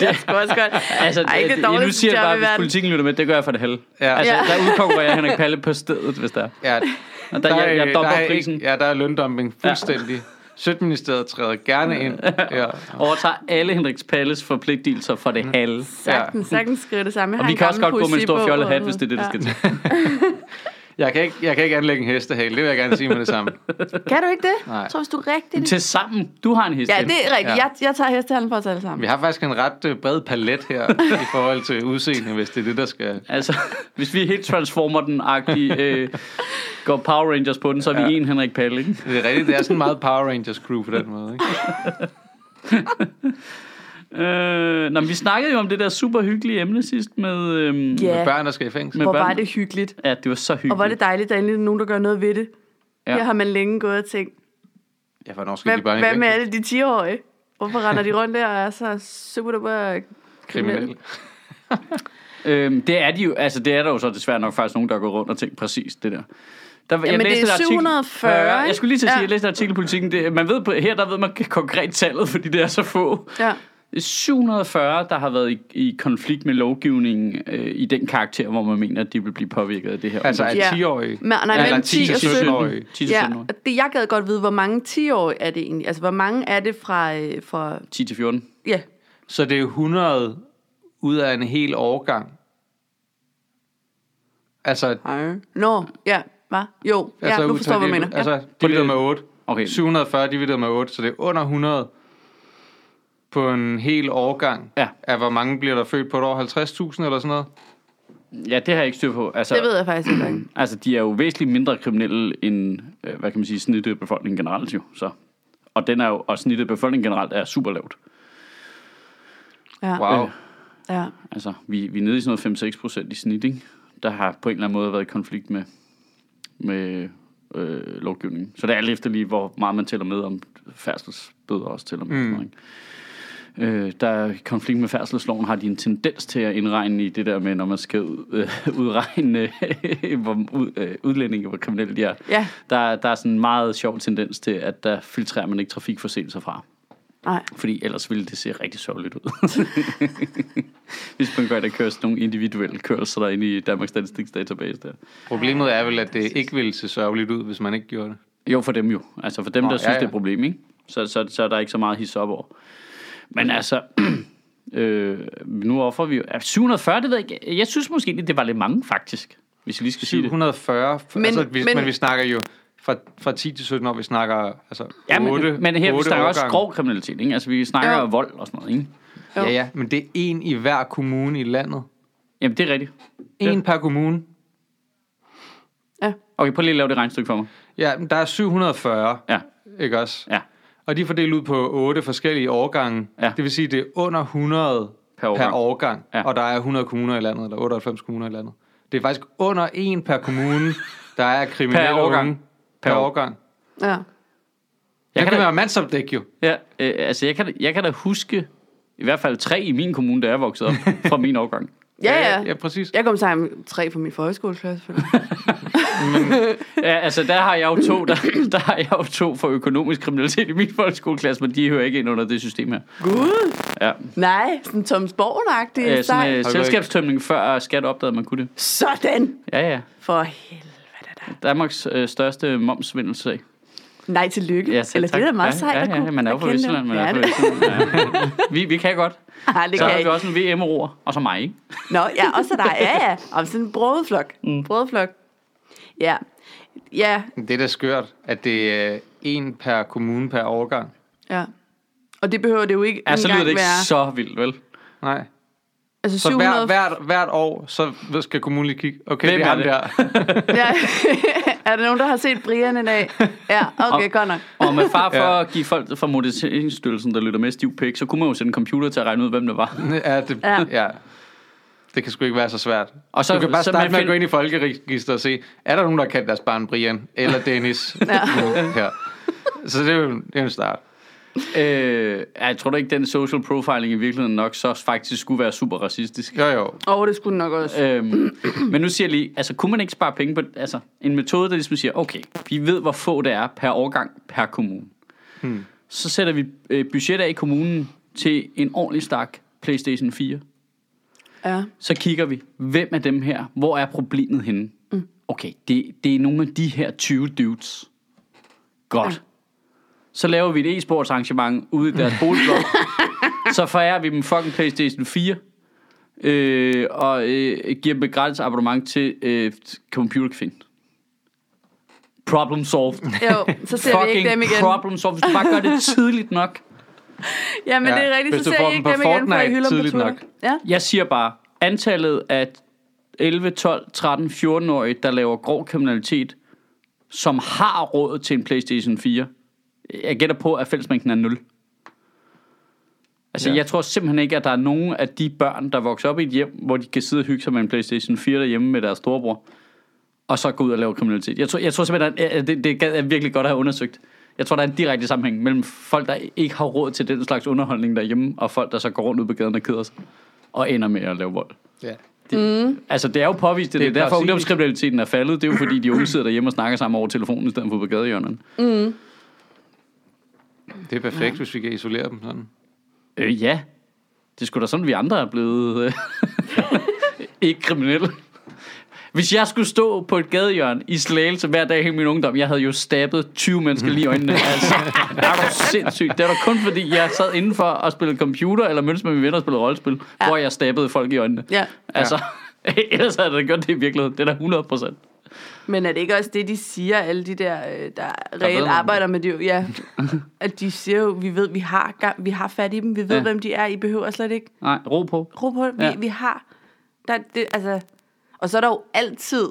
det er sgu også godt.
Altså,
Ej, ikke det
Ej, nu
dårligste
siger jeg
job
bare,
i
hvis
verden.
politikken lytter med, det gør jeg for det hele.
Ja.
Altså,
Ja.
der udkonkurrerer jeg Henrik Palle på stedet, hvis der er.
Ja,
Og der, jeg, jeg
der
dommer
er,
prisen,
ikke- ja, der er løndumping fuldstændig. Ja. Sødministeriet træder gerne ind. Ja.
overtager alle Henriks Palles forpligtelser for
Mm.
det halve.
Sagtens, sagtens skrive det samme. Jeg
Og
har
vi
en
kan også godt
gammel
gå med en stor
poesibog
fjollet
eller
hat, hvis det er det, der
noget.
skal til.
Jeg, kan ikke, jeg kan ikke anlægge en hestehale, det vil jeg gerne sige med det samme.
Ja. Kan du ikke det?
Nej.
Jeg tror, hvis du er rigtig...
Til sammen, du har en hest.
Ja, det er rigtigt.
Ja.
Jeg, jeg tager hestehandlen for os alle sammen.
Vi har faktisk en ret øh, bred palet her i forhold til udseende, hvis det er det, der skal...
Altså, hvis vi er helt transformer den agtige øh, går Power Rangers på den, så er vi
Ja.
en Henrik Palle, ikke?
Det er rigtigt, det er sådan meget Power Rangers crew på den måde. Ikke?
Øh, nå, men vi snakkede jo om det der super hyggelige emne sidst med... Øhm,
Ja.
Med børn, der skal i fængsel.
med
Hvor var
børn.
det hyggeligt.
ja, det var så hyggeligt.
Og hvor er det dejligt, at der endelig er nogen, der gør noget ved det.
Ja.
Ja. Her har man længe gået og tænkt,
Ja, hvornår skal
hvad,
de børn i
hvad med
fængsel?
alle de 10-årige? Hvorfor render de rundt der og er så super duper kriminelle?
Kriminelle.
Øhm, det er de jo, altså det er der jo så desværre nok faktisk nogen, der går rundt og tænker præcis det der. der jeg
men det
læste
er
en artikel-
740,
Ja, Jeg
ikke?
skulle lige til at sige,
Ja.
jeg læste en artikel i politikken. Det, man ved på, her der ved man konkret tallet, fordi det er så få.
Ja.
740, der har været i, i konflikt med lovgivningen øh, i den karakter, hvor man mener, at de vil blive påvirket af det her.
Altså, er
Ja.
10-årige...
Men, nej,
Ja,
mellem
eller
10 og
10-17
17.
år.
10
Ja,
17 år.
og det, jeg gad godt vide, hvor mange 10-årige er det egentlig? Altså, hvor mange er det fra... øh, fra
10 til 14.
ja,
Så det er 100 ud af en hel årgang. Altså,
Hej. Nå, ja, hva? Jo, ja,
altså
nu forstår jeg, hvad jeg
udtalt-
mener.
Altså,
ja.
divideret med 8.
Okay.
740 divideret med 8, så det er under 100 på en hel årgang.
Ja.
Af hvor mange bliver der født på et år? 50.000 eller sådan noget?
Ja, det har jeg ikke styr på. Altså,
Det ved jeg faktisk ikke.
altså, de er jo væsentligt mindre kriminelle end, øh, hvad kan man sige, snittet af befolkningen generelt jo. Så. Og, den er jo, og snittet af befolkningen generelt er super lavt.
Ja,
Wow.
Øh.
ja.
Altså, vi, vi er nede i sådan noget 5-6 procent i snit, ikke? der har på en eller anden måde været i konflikt med, med øh, lovgivningen. Så det er alt efter lige, hvor meget man tæller med om færdselsbøder også tæller med. Mm. Sådan noget, ikke? Øh, der er i konflikt med færdselsloven, har de en tendens til at indregne i det der med, når man skal ud, øh, udregne, øh, hvor ud, øh, udlændinge, hvor kriminelle de er.
Ja.
Der, der er sådan en meget sjov tendens til, at der filtrerer man ikke trafikforseelser fra.
Nej.
Fordi ellers ville det se rigtig sørgeligt ud. Hvis man gør, der kører sådan nogle individuelle kørsler inde i Danmarks Statistiks database der.
Problemet er vel, at det ikke ville se sørgeligt ud, hvis man ikke gjorde det.
Jo, for dem jo. Altså for dem,
Nå,
der
ja,
synes, det er
ja.
et problem, ikke? Så, så, så er der ikke så meget his op over. Men altså, øh, nu offer vi jo... ja, 740, det ved jeg ikke. Jeg synes måske, egentlig, det var lidt mange, faktisk. Hvis jeg lige skal sige det.
740, men,
Men-
altså, vi, men,
men-
men vi snakker jo fra, fra 10 til 17 år, vi snakker altså
Ja,
8,
men, men her, vi
8
snakker også
årgange.
grov kriminalitet, ikke? Altså, vi snakker
Jo.
om vold og sådan noget, ikke?
Jo.
Ja, ja, men det er en i hver kommune i landet.
Jamen, det er rigtigt.
En per kommune.
Ja.
Okay, prøv lige at lave det regnstykke for mig.
Ja, men der er 740,
Ja,
ikke også?
ja.
Og de er fordelt ud på 8 forskellige årgange.
Ja.
Det vil sige, det er under 100
Per
per
årgang.
årgang, per årgang
Ja.
ja. og der er 100 kommuner i landet, eller 98 kommuner i landet. Det er faktisk under en per kommune, der er kriminelle
Per årgang.
Unge,
Per
per, per
år.
årgang.
ja.
Jeg
Jeg
kan
kan
da-
være mandsopdæk jo.
Ja, øh, altså jeg kan, da- jeg kan da huske i hvert fald tre i min kommune, der er vokset op fra min årgang.
Ja,
ja
ja.
præcis.
Jeg kom sammen med tre fra min folkeskoleklasse. For det.
Ja, altså der har jeg jo to, der, der har jeg jo to for økonomisk kriminalitet i min folkeskoleklasse, men de hører ikke ind under det system her.
Gud!
Ja.
Nej, sådan Tom Sporn-agtig.
Øh,
sej.
sådan øh,
Har du
selskabstømning før skat opdagede, at man kunne det.
Sådan!
Ja, ja.
For helvede da.
Danmarks øh, største momsvindelsag.
Nej, til lykke.
Ja, selv
Eller
tak.
det er da meget
ja,
sejt
ja,
at
ja,
kunne.
ja, man er jo
at
fra
kende
Vestjylland,
dem.
man er
Ja,
fra
det-
Vestjylland. Ja. Vi, vi kan godt.
Ej, det
Så
kan
har
jeg
vi
ikke.
også en VM-roer, og så mig, ikke?
Nå, ja, også dig. Ja, ja. Om sådan en brødflok. Mm. Brødflok. Ja. Ja,
Det er da skørt, at det er en per kommune per årgang.
ja. Og det behøver det jo ikke
Ja, så Altså, lyder
engang
det ikke
være.
så vildt, vel?
Nej.
Altså
Så hver,
700...
hvert, hvert år, så skal kommunen lige kigge. Okay,
Hvem
det er
er
ham
det?
der.
Ja. er der nogen, der har set Brian i dag? Ja, okay, godt nok.
Og med far for at give folk fra Moderniseringsstyrelsen, der lytter med stiv pik, så kunne man jo sætte en computer til at regne ud, hvem det var.
Ja, det,
Ja.
ja. ja. Det kan sgu ikke være så svært.
Og
Og
så-
så, du kan bare
så
starte
man
med at
find-
gå ind i folkeregisteret og se, er der nogen, der kan deres barn Brian eller Dennis?
Ja.
ja. Så det er jo det er jo en start.
Øh, jeg tror da ikke, den social profiling i virkeligheden nok så faktisk skulle være super racistisk.
Jo, jo.
Åh, oh, det skulle den nok også.
Øhm, men nu siger jeg lige, altså kunne man ikke spare penge på, altså en metode, der ligesom siger, okay, vi ved, hvor få det er per årgang per kommune. Hmm. så sætter vi øh, budget af i kommunen til en ordentlig stak PlayStation 4.
Ja.
Så kigger vi, hvem er dem her? Hvor er problemet henne? Mm. Okay, det, det er nogle af de her 20 dudes. Godt. Så laver vi et e-sports arrangement ude i deres boligblok. så forærer vi dem fucking Playstation 4. Øh, og øh, giver dem et gratis abonnement til øh, computerkvind. Problem solved.
Jo, så ser vi ikke dem
fucking
igen.
problem solved. Hvis du bare gør det tidligt nok.
Ja, men
Ja,
det er rigtigt,
hvis
så
du
ser
får
I
dem
ikke
på
dem igen, for I
Fortnite
hylder dem på
tidligt
tur.
nok.
Ja.
Jeg siger bare, antallet af 11, 12, 13, 14-årige, der laver grov kriminalitet, som har råd til en Playstation 4, jeg gætter på, at fællesmængden er 0. Altså, ja.
Ja.
jeg tror simpelthen ikke, at der er nogen af de børn, der vokser op i et hjem, hvor de kan sidde og hygge sig med en Playstation 4 derhjemme med deres storebror, og så gå ud og lave kriminalitet. Jeg tror, jeg tror simpelthen, at at det, det gad jeg virkelig godt at have undersøgt. Jeg tror, der er en direkte sammenhæng mellem folk, der ikke har råd til den slags underholdning derhjemme, og folk, der så går rundt ud på gaden og keder sig, og ender med at lave vold.
Ja.
Altså, det er jo påvist, det, det
Det
er
er
derfor,
plausibelt.
ungdomskriminaliteten er faldet. Det er jo fordi, de unge sidder derhjemme og snakker sammen over telefonen, i stedet for på gadehjørnerne.
Det er perfekt, hvis vi kan isolere dem sådan.
Øh, ja. Det er sgu da sådan, vi andre er blevet øh, ikke kriminelle. Hvis jeg skulle stå på et gadehjørne i Slagelse hver dag i min ungdom, jeg havde jo stabbet 20 mennesker lige i øjnene. Altså, er du sindssygt. Det var da kun fordi, jeg sad indenfor og spillede computer, eller mødtes med mine venner og spillede rollespil, ja. hvor jeg stabbede folk i øjnene.
ja.
Altså, ellers havde jeg da gjort det i virkeligheden. Det er da 100 procent.
Men er det ikke også det, de siger, alle de der, øh, der
ved
reelt
man
arbejder med det? jo? Ja. At de siger jo, vi ved, vi har, gang- vi har fat i dem, vi ved,
Ja.
ja. hvem de er, I behøver slet ikke
Nej, ro på.
ro på, vi,
Ja.
ja. vi har. Der, det, altså, og så er der jo altid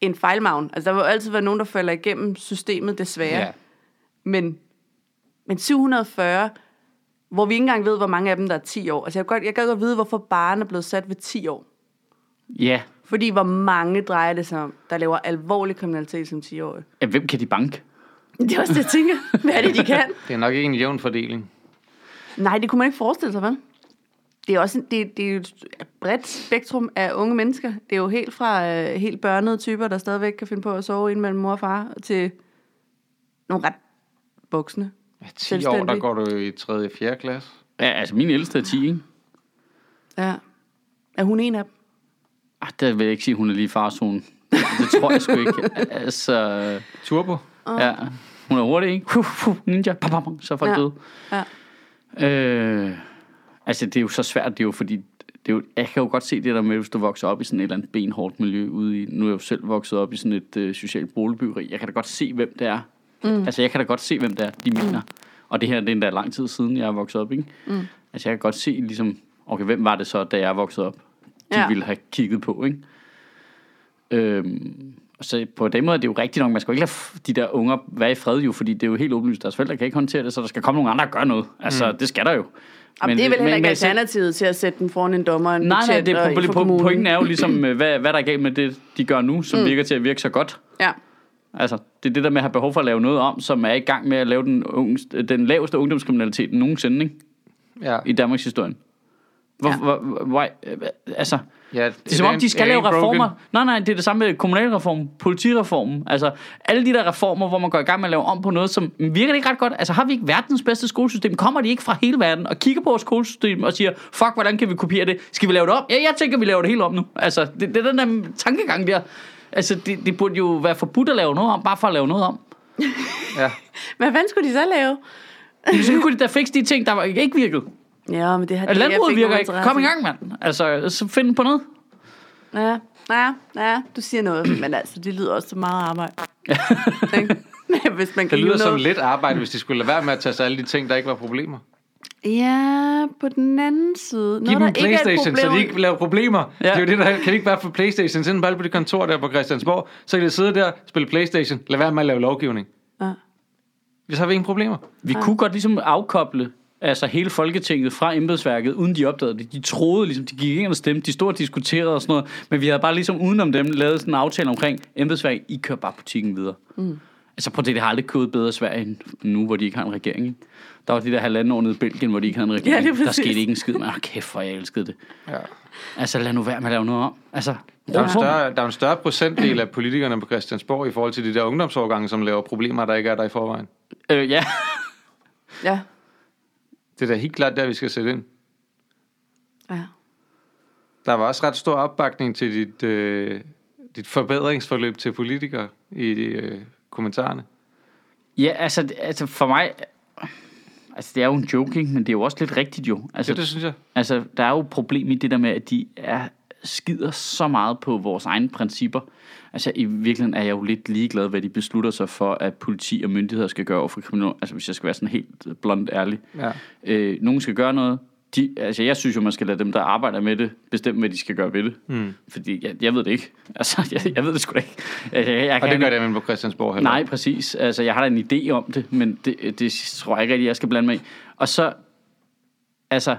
en fejlmavn. Altså, der vil jo altid være nogen, der falder igennem systemet, desværre. Ja. Men, men 740, hvor vi ikke engang ved, hvor mange af dem, der er 10 år. Altså, jeg kan godt, jeg kan godt vide, hvorfor barnet er blevet sat ved 10 år.
Ja.
Fordi hvor mange drejer det sig om, der laver alvorlig kriminalitet som 10-årige?
ja. Hvem kan de banke?
Det er også det, jeg tænker. Hvad er det, de kan?
Det er nok ikke en jævn fordeling.
Nej, det kunne man ikke forestille sig, vel? Det er også en, det, det er jo et bredt spektrum af unge mennesker. Det er jo helt fra øh, helt børnede typer, der stadigvæk kan finde på at sove ind mellem mor og far, til nogle ret voksne.
Ja, 10 år, der
Selvstændig.
går du jo i 3. og 4. klasse.
Ja, altså min ældste er 10, ikke?
Ja. Er hun en af dem?
Ah, der vil jeg ikke sige, at hun er lige i farzonen. Det tror jeg sgu ikke. Altså,
Turbo.
ja. Hun er hurtig, ikke? Huh, huh, ninja, pam, pam, pam, så er folk
Ja.
døde.
Ja.
Øh, altså, det er jo så svært, det er jo fordi... Det er jo, jeg kan jo godt se det der med, hvis du vokser op i sådan et eller andet benhårdt miljø ude i... Nu er jeg jo selv vokset op i sådan et øh, socialt boligbyggeri. Jeg kan da godt se, hvem det er. Mm. Altså, jeg kan da godt se, hvem det er, de mener. Og det her, det er endda lang tid siden, jeg er vokset op, ikke? Mm. Altså, jeg kan godt se ligesom... Okay, hvem var det så, da jeg voksede op? De ja.
Ja.
ville have kigget på, ikke? Øhm, og så på den måde er det jo rigtigt nok, man skal jo ikke lade f- de der unger være i fred jo, fordi det er jo helt åbenlyst, deres forældre kan ikke håndtere det, så der skal komme nogle andre og gøre noget. Altså, mm. det skal der jo.
Jamen, det er vel heller ikke
jeg selv-
alternativet til at sætte den foran en dommer, en
Nej, nej,
betjent
det
og
er
en
på,
fra
på,
kommunen. Mm.
pointen er jo ligesom, øh, hvad, hvad der er galt med det, de gør nu, som mm. virker til at virke så godt.
Ja.
Altså, det er det der med at have behov for at lave noget om, som er i gang med at lave den, ungst, den laveste ungdomskriminalitet nogensinde ikke?
Ja.
i Danmarks historie. Hvor, ja. hvor, hvor, hvor, altså,
ja
det er som om, de skal lave reformer. Nej, nej, det er det samme med kommunalreformen, politireformen. Altså, alle de der reformer, hvor man går i gang med at lave om på noget, som virker det ikke ret godt. Altså, har vi ikke verdens bedste skolesystem? Kommer de ikke fra hele verden og kigger på vores skolesystem og siger, fuck, hvordan kan vi kopiere det? Skal vi lave det om? Ja, jeg tænker, vi laver det helt om nu. Altså, det, det er den der tankegang der. Altså, det, det burde jo være forbudt at lave noget om, bare for at lave noget om.
Ja.
Hvad fanden skulle de så lave?
Så kunne de da fikse de ting, der var- ikke virkede.
Ja, men det har de jeg
Landbruget
fik
virker ikke.
nogen interesse
Kom i gang, mand. Altså, så find på noget.
Ja, ja, ja, du siger noget, men altså, det lyder også så meget arbejde. Ikke? Men Hvis man kan
Det lyder
hive
som
noget-
lidt arbejde, hvis de skulle lade være med at tage sig alle de ting, der ikke var problemer.
Ja, på den anden side.
Giv
Noget,
dem
der ikke er et
Playstation, så de
problem-
ikke laver problemer. Ja. Det er jo det, der kan de ikke være for Playstation. Siden bare på det kontor der på Christiansborg, så kan de sidde der, spille Playstation, lad være med at lave lovgivning.
Ja.
Så har vi ingen problemer.
Vi kunne godt ligesom afkoble altså hele Folketinget fra embedsværket, uden de opdagede det. De troede ligesom, de gik ind og stemte, de stod og diskuterede og sådan noget, men vi havde bare ligesom udenom dem lavet sådan en aftale omkring embedsværket, I kører bare butikken videre. Mm. Altså prøv at se, det har aldrig gået bedre i Sverige end nu, hvor de ikke har en regering. ikke? Der var de der halvanden år nede i Belgien, hvor de ikke havde en regering.
det er
der
præcis.
skete ikke en skid, men åh, kæft, hvor jeg elskede det.
Ja.
Altså lad nu være med at lave noget om. Altså,
Der er, en
ro på.
større, der er en større procentdel af politikerne på Christiansborg i forhold til de der ungdomsårgange, som laver problemer, der ikke er der i forvejen.
Øh, ja.
Ja.
Det er da helt klart der, vi skal sætte ind.
ja.
Der var også ret stor opbakning til dit, øh, dit forbedringsforløb til politikere i øh, kommentarerne.
Ja, altså, det- altså for mig... Altså, det er jo en joking, men det er jo også lidt rigtigt jo. Altså,
Det, det synes jeg.
Altså, der er jo et problem i det der med, at de er, skider så meget på vores egne principper. Altså, i virkeligheden er jeg jo lidt ligeglad, hvad de beslutter sig for, at politi og myndigheder skal gøre over for kriminelle. Altså, hvis jeg skal være sådan helt blond ærlig.
Ja.
Øh, nogen skal gøre noget. De, altså, jeg synes jo, man skal lade dem, der arbejder med det, bestemme, hvad de skal gøre ved det. Mm. Fordi jeg, jeg ved det ikke. Altså, jeg, jeg ved det sgu da ikke. Altså, jeg, jeg
Og det
kan-
gør det man på Christiansborg heller.
Nej, præcis. Altså, jeg har da en idé om det, men det, det tror jeg ikke rigtig, jeg skal blande mig i. Og så, altså,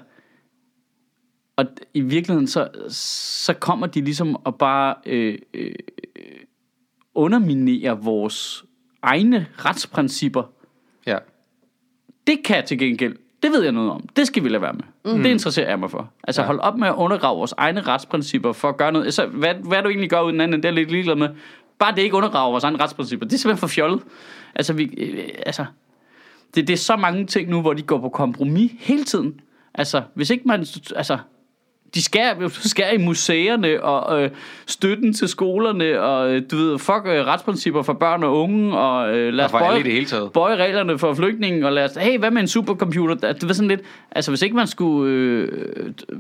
og d- i virkeligheden, så, så kommer de ligesom og bare øh, øh, underminerer vores egne retsprincipper.
Ja.
Det kan jeg til gengæld, det ved jeg noget om. Det skal vi lade være med. Mm. Det interesserer jeg mig for. Altså, ja. hold op med at undergrave vores egne retsprincipper for at gøre noget. Så, hvad, hvad du egentlig gør uden anden, det er jeg lidt ligeglad med. Bare det ikke undergraver vores egne retsprincipper. Det er simpelthen for fjollet. Altså, vi, øh, altså det, det er så mange ting nu, hvor de går på kompromis hele tiden. Altså, hvis ikke man... Altså, de skærer, skærer i museerne og øh, støtten til skolerne og øh, du ved, fuck øh, retsprincipper for børn og unge og øh, lad os
Og for alle
bøje,
i det hele taget.
bøje reglerne for flygtninge og lad os, hey, hvad med en supercomputer? Det var sådan lidt, altså hvis ikke man skulle, øh, t-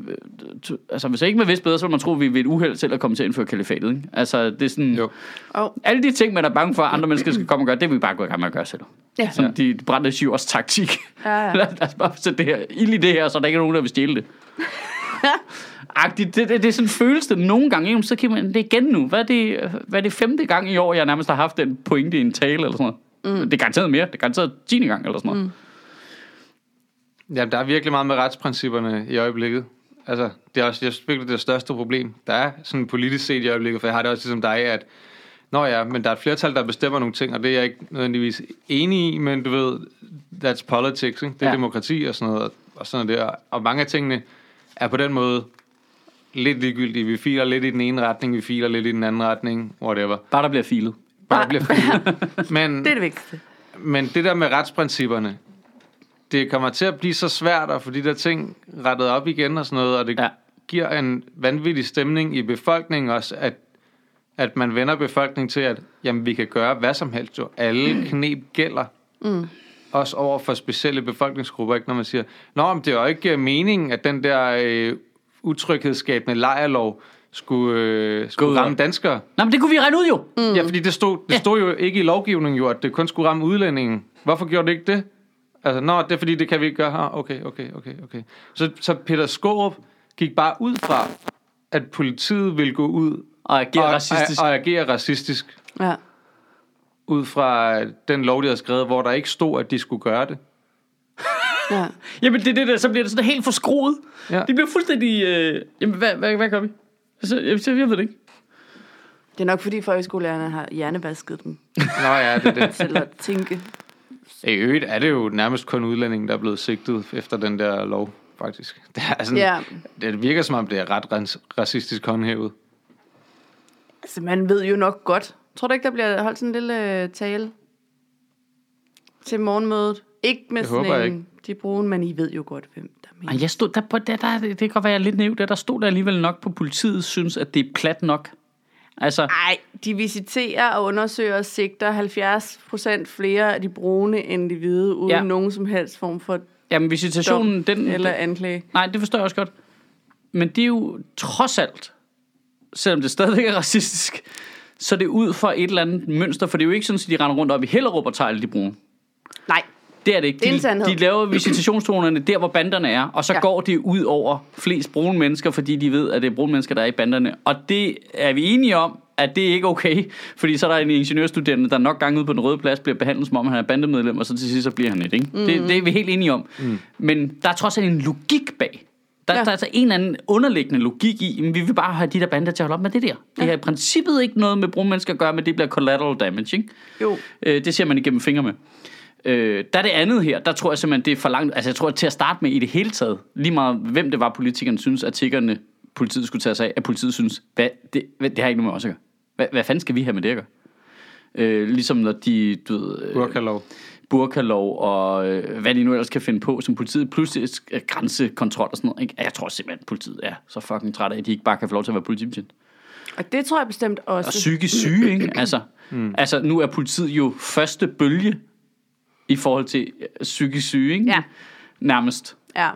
t- altså hvis ikke man vidste bedre, så ville man tro, at vi ved et uheld selv at komme til at indføre kalifatet, ikke? Altså det er sådan,
Jo.
Og
alle de ting, man er bange for, at andre mennesker skal komme og gøre, det vil vi bare gå i gang med at gøre selv.
Ja.
Som de brændte syv års taktik.
Ja, ja.
Lad os bare sætte det her, ild i det her, så der ikke er nogen, der vil stjæle det. Agtigt, det, det, det, er sådan en følelse, det nogle gange, Jamen, så kan man det er igen nu. Hvad er det, hvad er det femte gang i år, jeg nærmest har haft den pointe i en tale eller sådan noget? Mm. Det er garanteret mere. Det er garanteret tiende gang eller sådan noget. Mm.
Jamen, der er virkelig meget med retsprincipperne i øjeblikket. Altså, det er også jeg synes virkelig det største problem. Der er sådan politisk set i øjeblikket, for jeg har det også ligesom dig, at Nå ja, men der er et flertal, der bestemmer nogle ting, og det er jeg ikke nødvendigvis enig i, men du ved, that's politics, ikke? Det er
Ja.
ja. demokrati og sådan noget, og sådan noget der. Og mange af tingene er på den måde lidt ligegyldige. Vi filer lidt i den ene retning, vi filer lidt i den anden retning, whatever.
Bare der bliver filet.
Bare der bliver filet. Men,
det er det vigtigste.
men det der med retsprincipperne, det kommer til at blive så svært at få de der ting rettet op igen og sådan noget, og det
Ja.
ja. giver en vanvittig stemning i befolkningen også, at, at man vender befolkningen til, at jamen, vi kan gøre hvad som helst, jo. Alle knep gælder. Mm. Også over for specielle befolkningsgrupper, ikke? når man siger, Nå, men det er jo ikke øh, meningen, at den der øh, utryghedsskabende lejerlov skulle, øh,
ud
skulle
og-
ramme danskere.
Nå, men det kunne vi regne ud jo.
Mm. Ja, fordi det stod, det stod jo ikke i lovgivningen, jo, at det kun skulle ramme udlændingen. Hvorfor gjorde det ikke det? Altså, nå, det er fordi, det kan vi ikke gøre. Ah, okay, okay, okay, okay. Så, så Peter Skorup gik bare ud fra, at politiet ville gå ud
Og agere
og,
racistisk.
Og, og agere racistisk
Ja.
ud fra den lov, de havde skrevet, hvor der ikke stod, at de skulle gøre det.
ja.
Jamen det er det der, så bliver det sådan helt forskruet. Ja.
Ja.
Det bliver fuldstændig... Øh, jamen hvad, hvad, hvad gør vi? Altså, jeg, jeg, jeg ved det ikke.
Det er nok fordi folkeskolelærerne har hjernevasket dem
Nå ja, det er det.
til at tænke.
I øvrigt er det jo nærmest kun udlændingen, der er blevet sigtet efter den der lov, faktisk. Det, er sådan,
Ja.
det virker som om, det er ret rens- racistisk håndhævet.
Altså, man ved jo nok godt. Tror du ikke, der bliver holdt sådan en lille øh, tale til morgenmødet? Ikke med
Det
sådan
håber jeg
en, de brune, men I ved jo godt, hvem der mener.
Ej, jeg stod der på, der, der, det kan godt være, jeg er lidt næv, der, der stod der alligevel nok på politiet, synes, at det er plat nok. Altså,
Ej, de visiterer og undersøger og sigter 70 procent flere af de brune end de hvide, uden
Ja.
ja. nogen som helst form for
jamen
dom
visitationen, den...
eller anklage.
Nej, det forstår jeg også godt. Men det er jo trods alt, selvom det stadigvæk er racistisk, så er det ud fra et eller andet mønster, for det er jo ikke sådan, at de render rundt op i Hellerup og tager alle de brune.
Nej,
Det er det ikke.
Det er en
De, de
sandhed.
laver visitationszonerne der, hvor banderne er, og så ja.
Ja.
går det ud over flest brune mennesker, fordi de ved, at det er brune mennesker, der er i banderne. Og det er vi enige om, at det er ikke okay, fordi så er der en ingeniørstuderende, der nok gange ude på den røde plads bliver behandlet, som om han er bandemedlem, og så til sidst så bliver han et, ikke? Mm. Det, det er vi helt enige om. Mm. Men der er trods alt en logik bag. Der, ja.
Ja.
der er altså en eller anden underliggende logik i, men vi vil bare have de der bander til at holde op med det der. Det har i princippet ikke noget med brune mennesker at gøre, men det bliver collateral damage, ikke?
jo.
Øh, det ser man igennem fingre med. Øh, der er det andet her, der tror jeg simpelthen, det er for langt. Altså jeg tror, at til at starte med i det hele taget, lige meget hvem det var, politikerne synes, at tiggerne, politiet skulle tage sig af, at politiet synes, hvad, det, hvad, det har ikke noget med os at gøre. Hvad, hvad fanden skal vi have med det at gøre? Øh, ligesom når de, du ved, øh,
Burkalov.
burkalov og øh, hvad de nu ellers kan finde på, som politiet pludselig øh, grænsekontrol og sådan noget. Ikke? Jeg tror simpelthen, at politiet er så fucking træt af, at de ikke bare kan få lov til at være politibetjent.
Og det tror jeg bestemt også.
Og psykisk syge, ikke? Altså, mm. altså, nu er politiet jo første bølge i forhold til øh, psykisk syge, ikke?
Ja.
Nærmest.
Ja.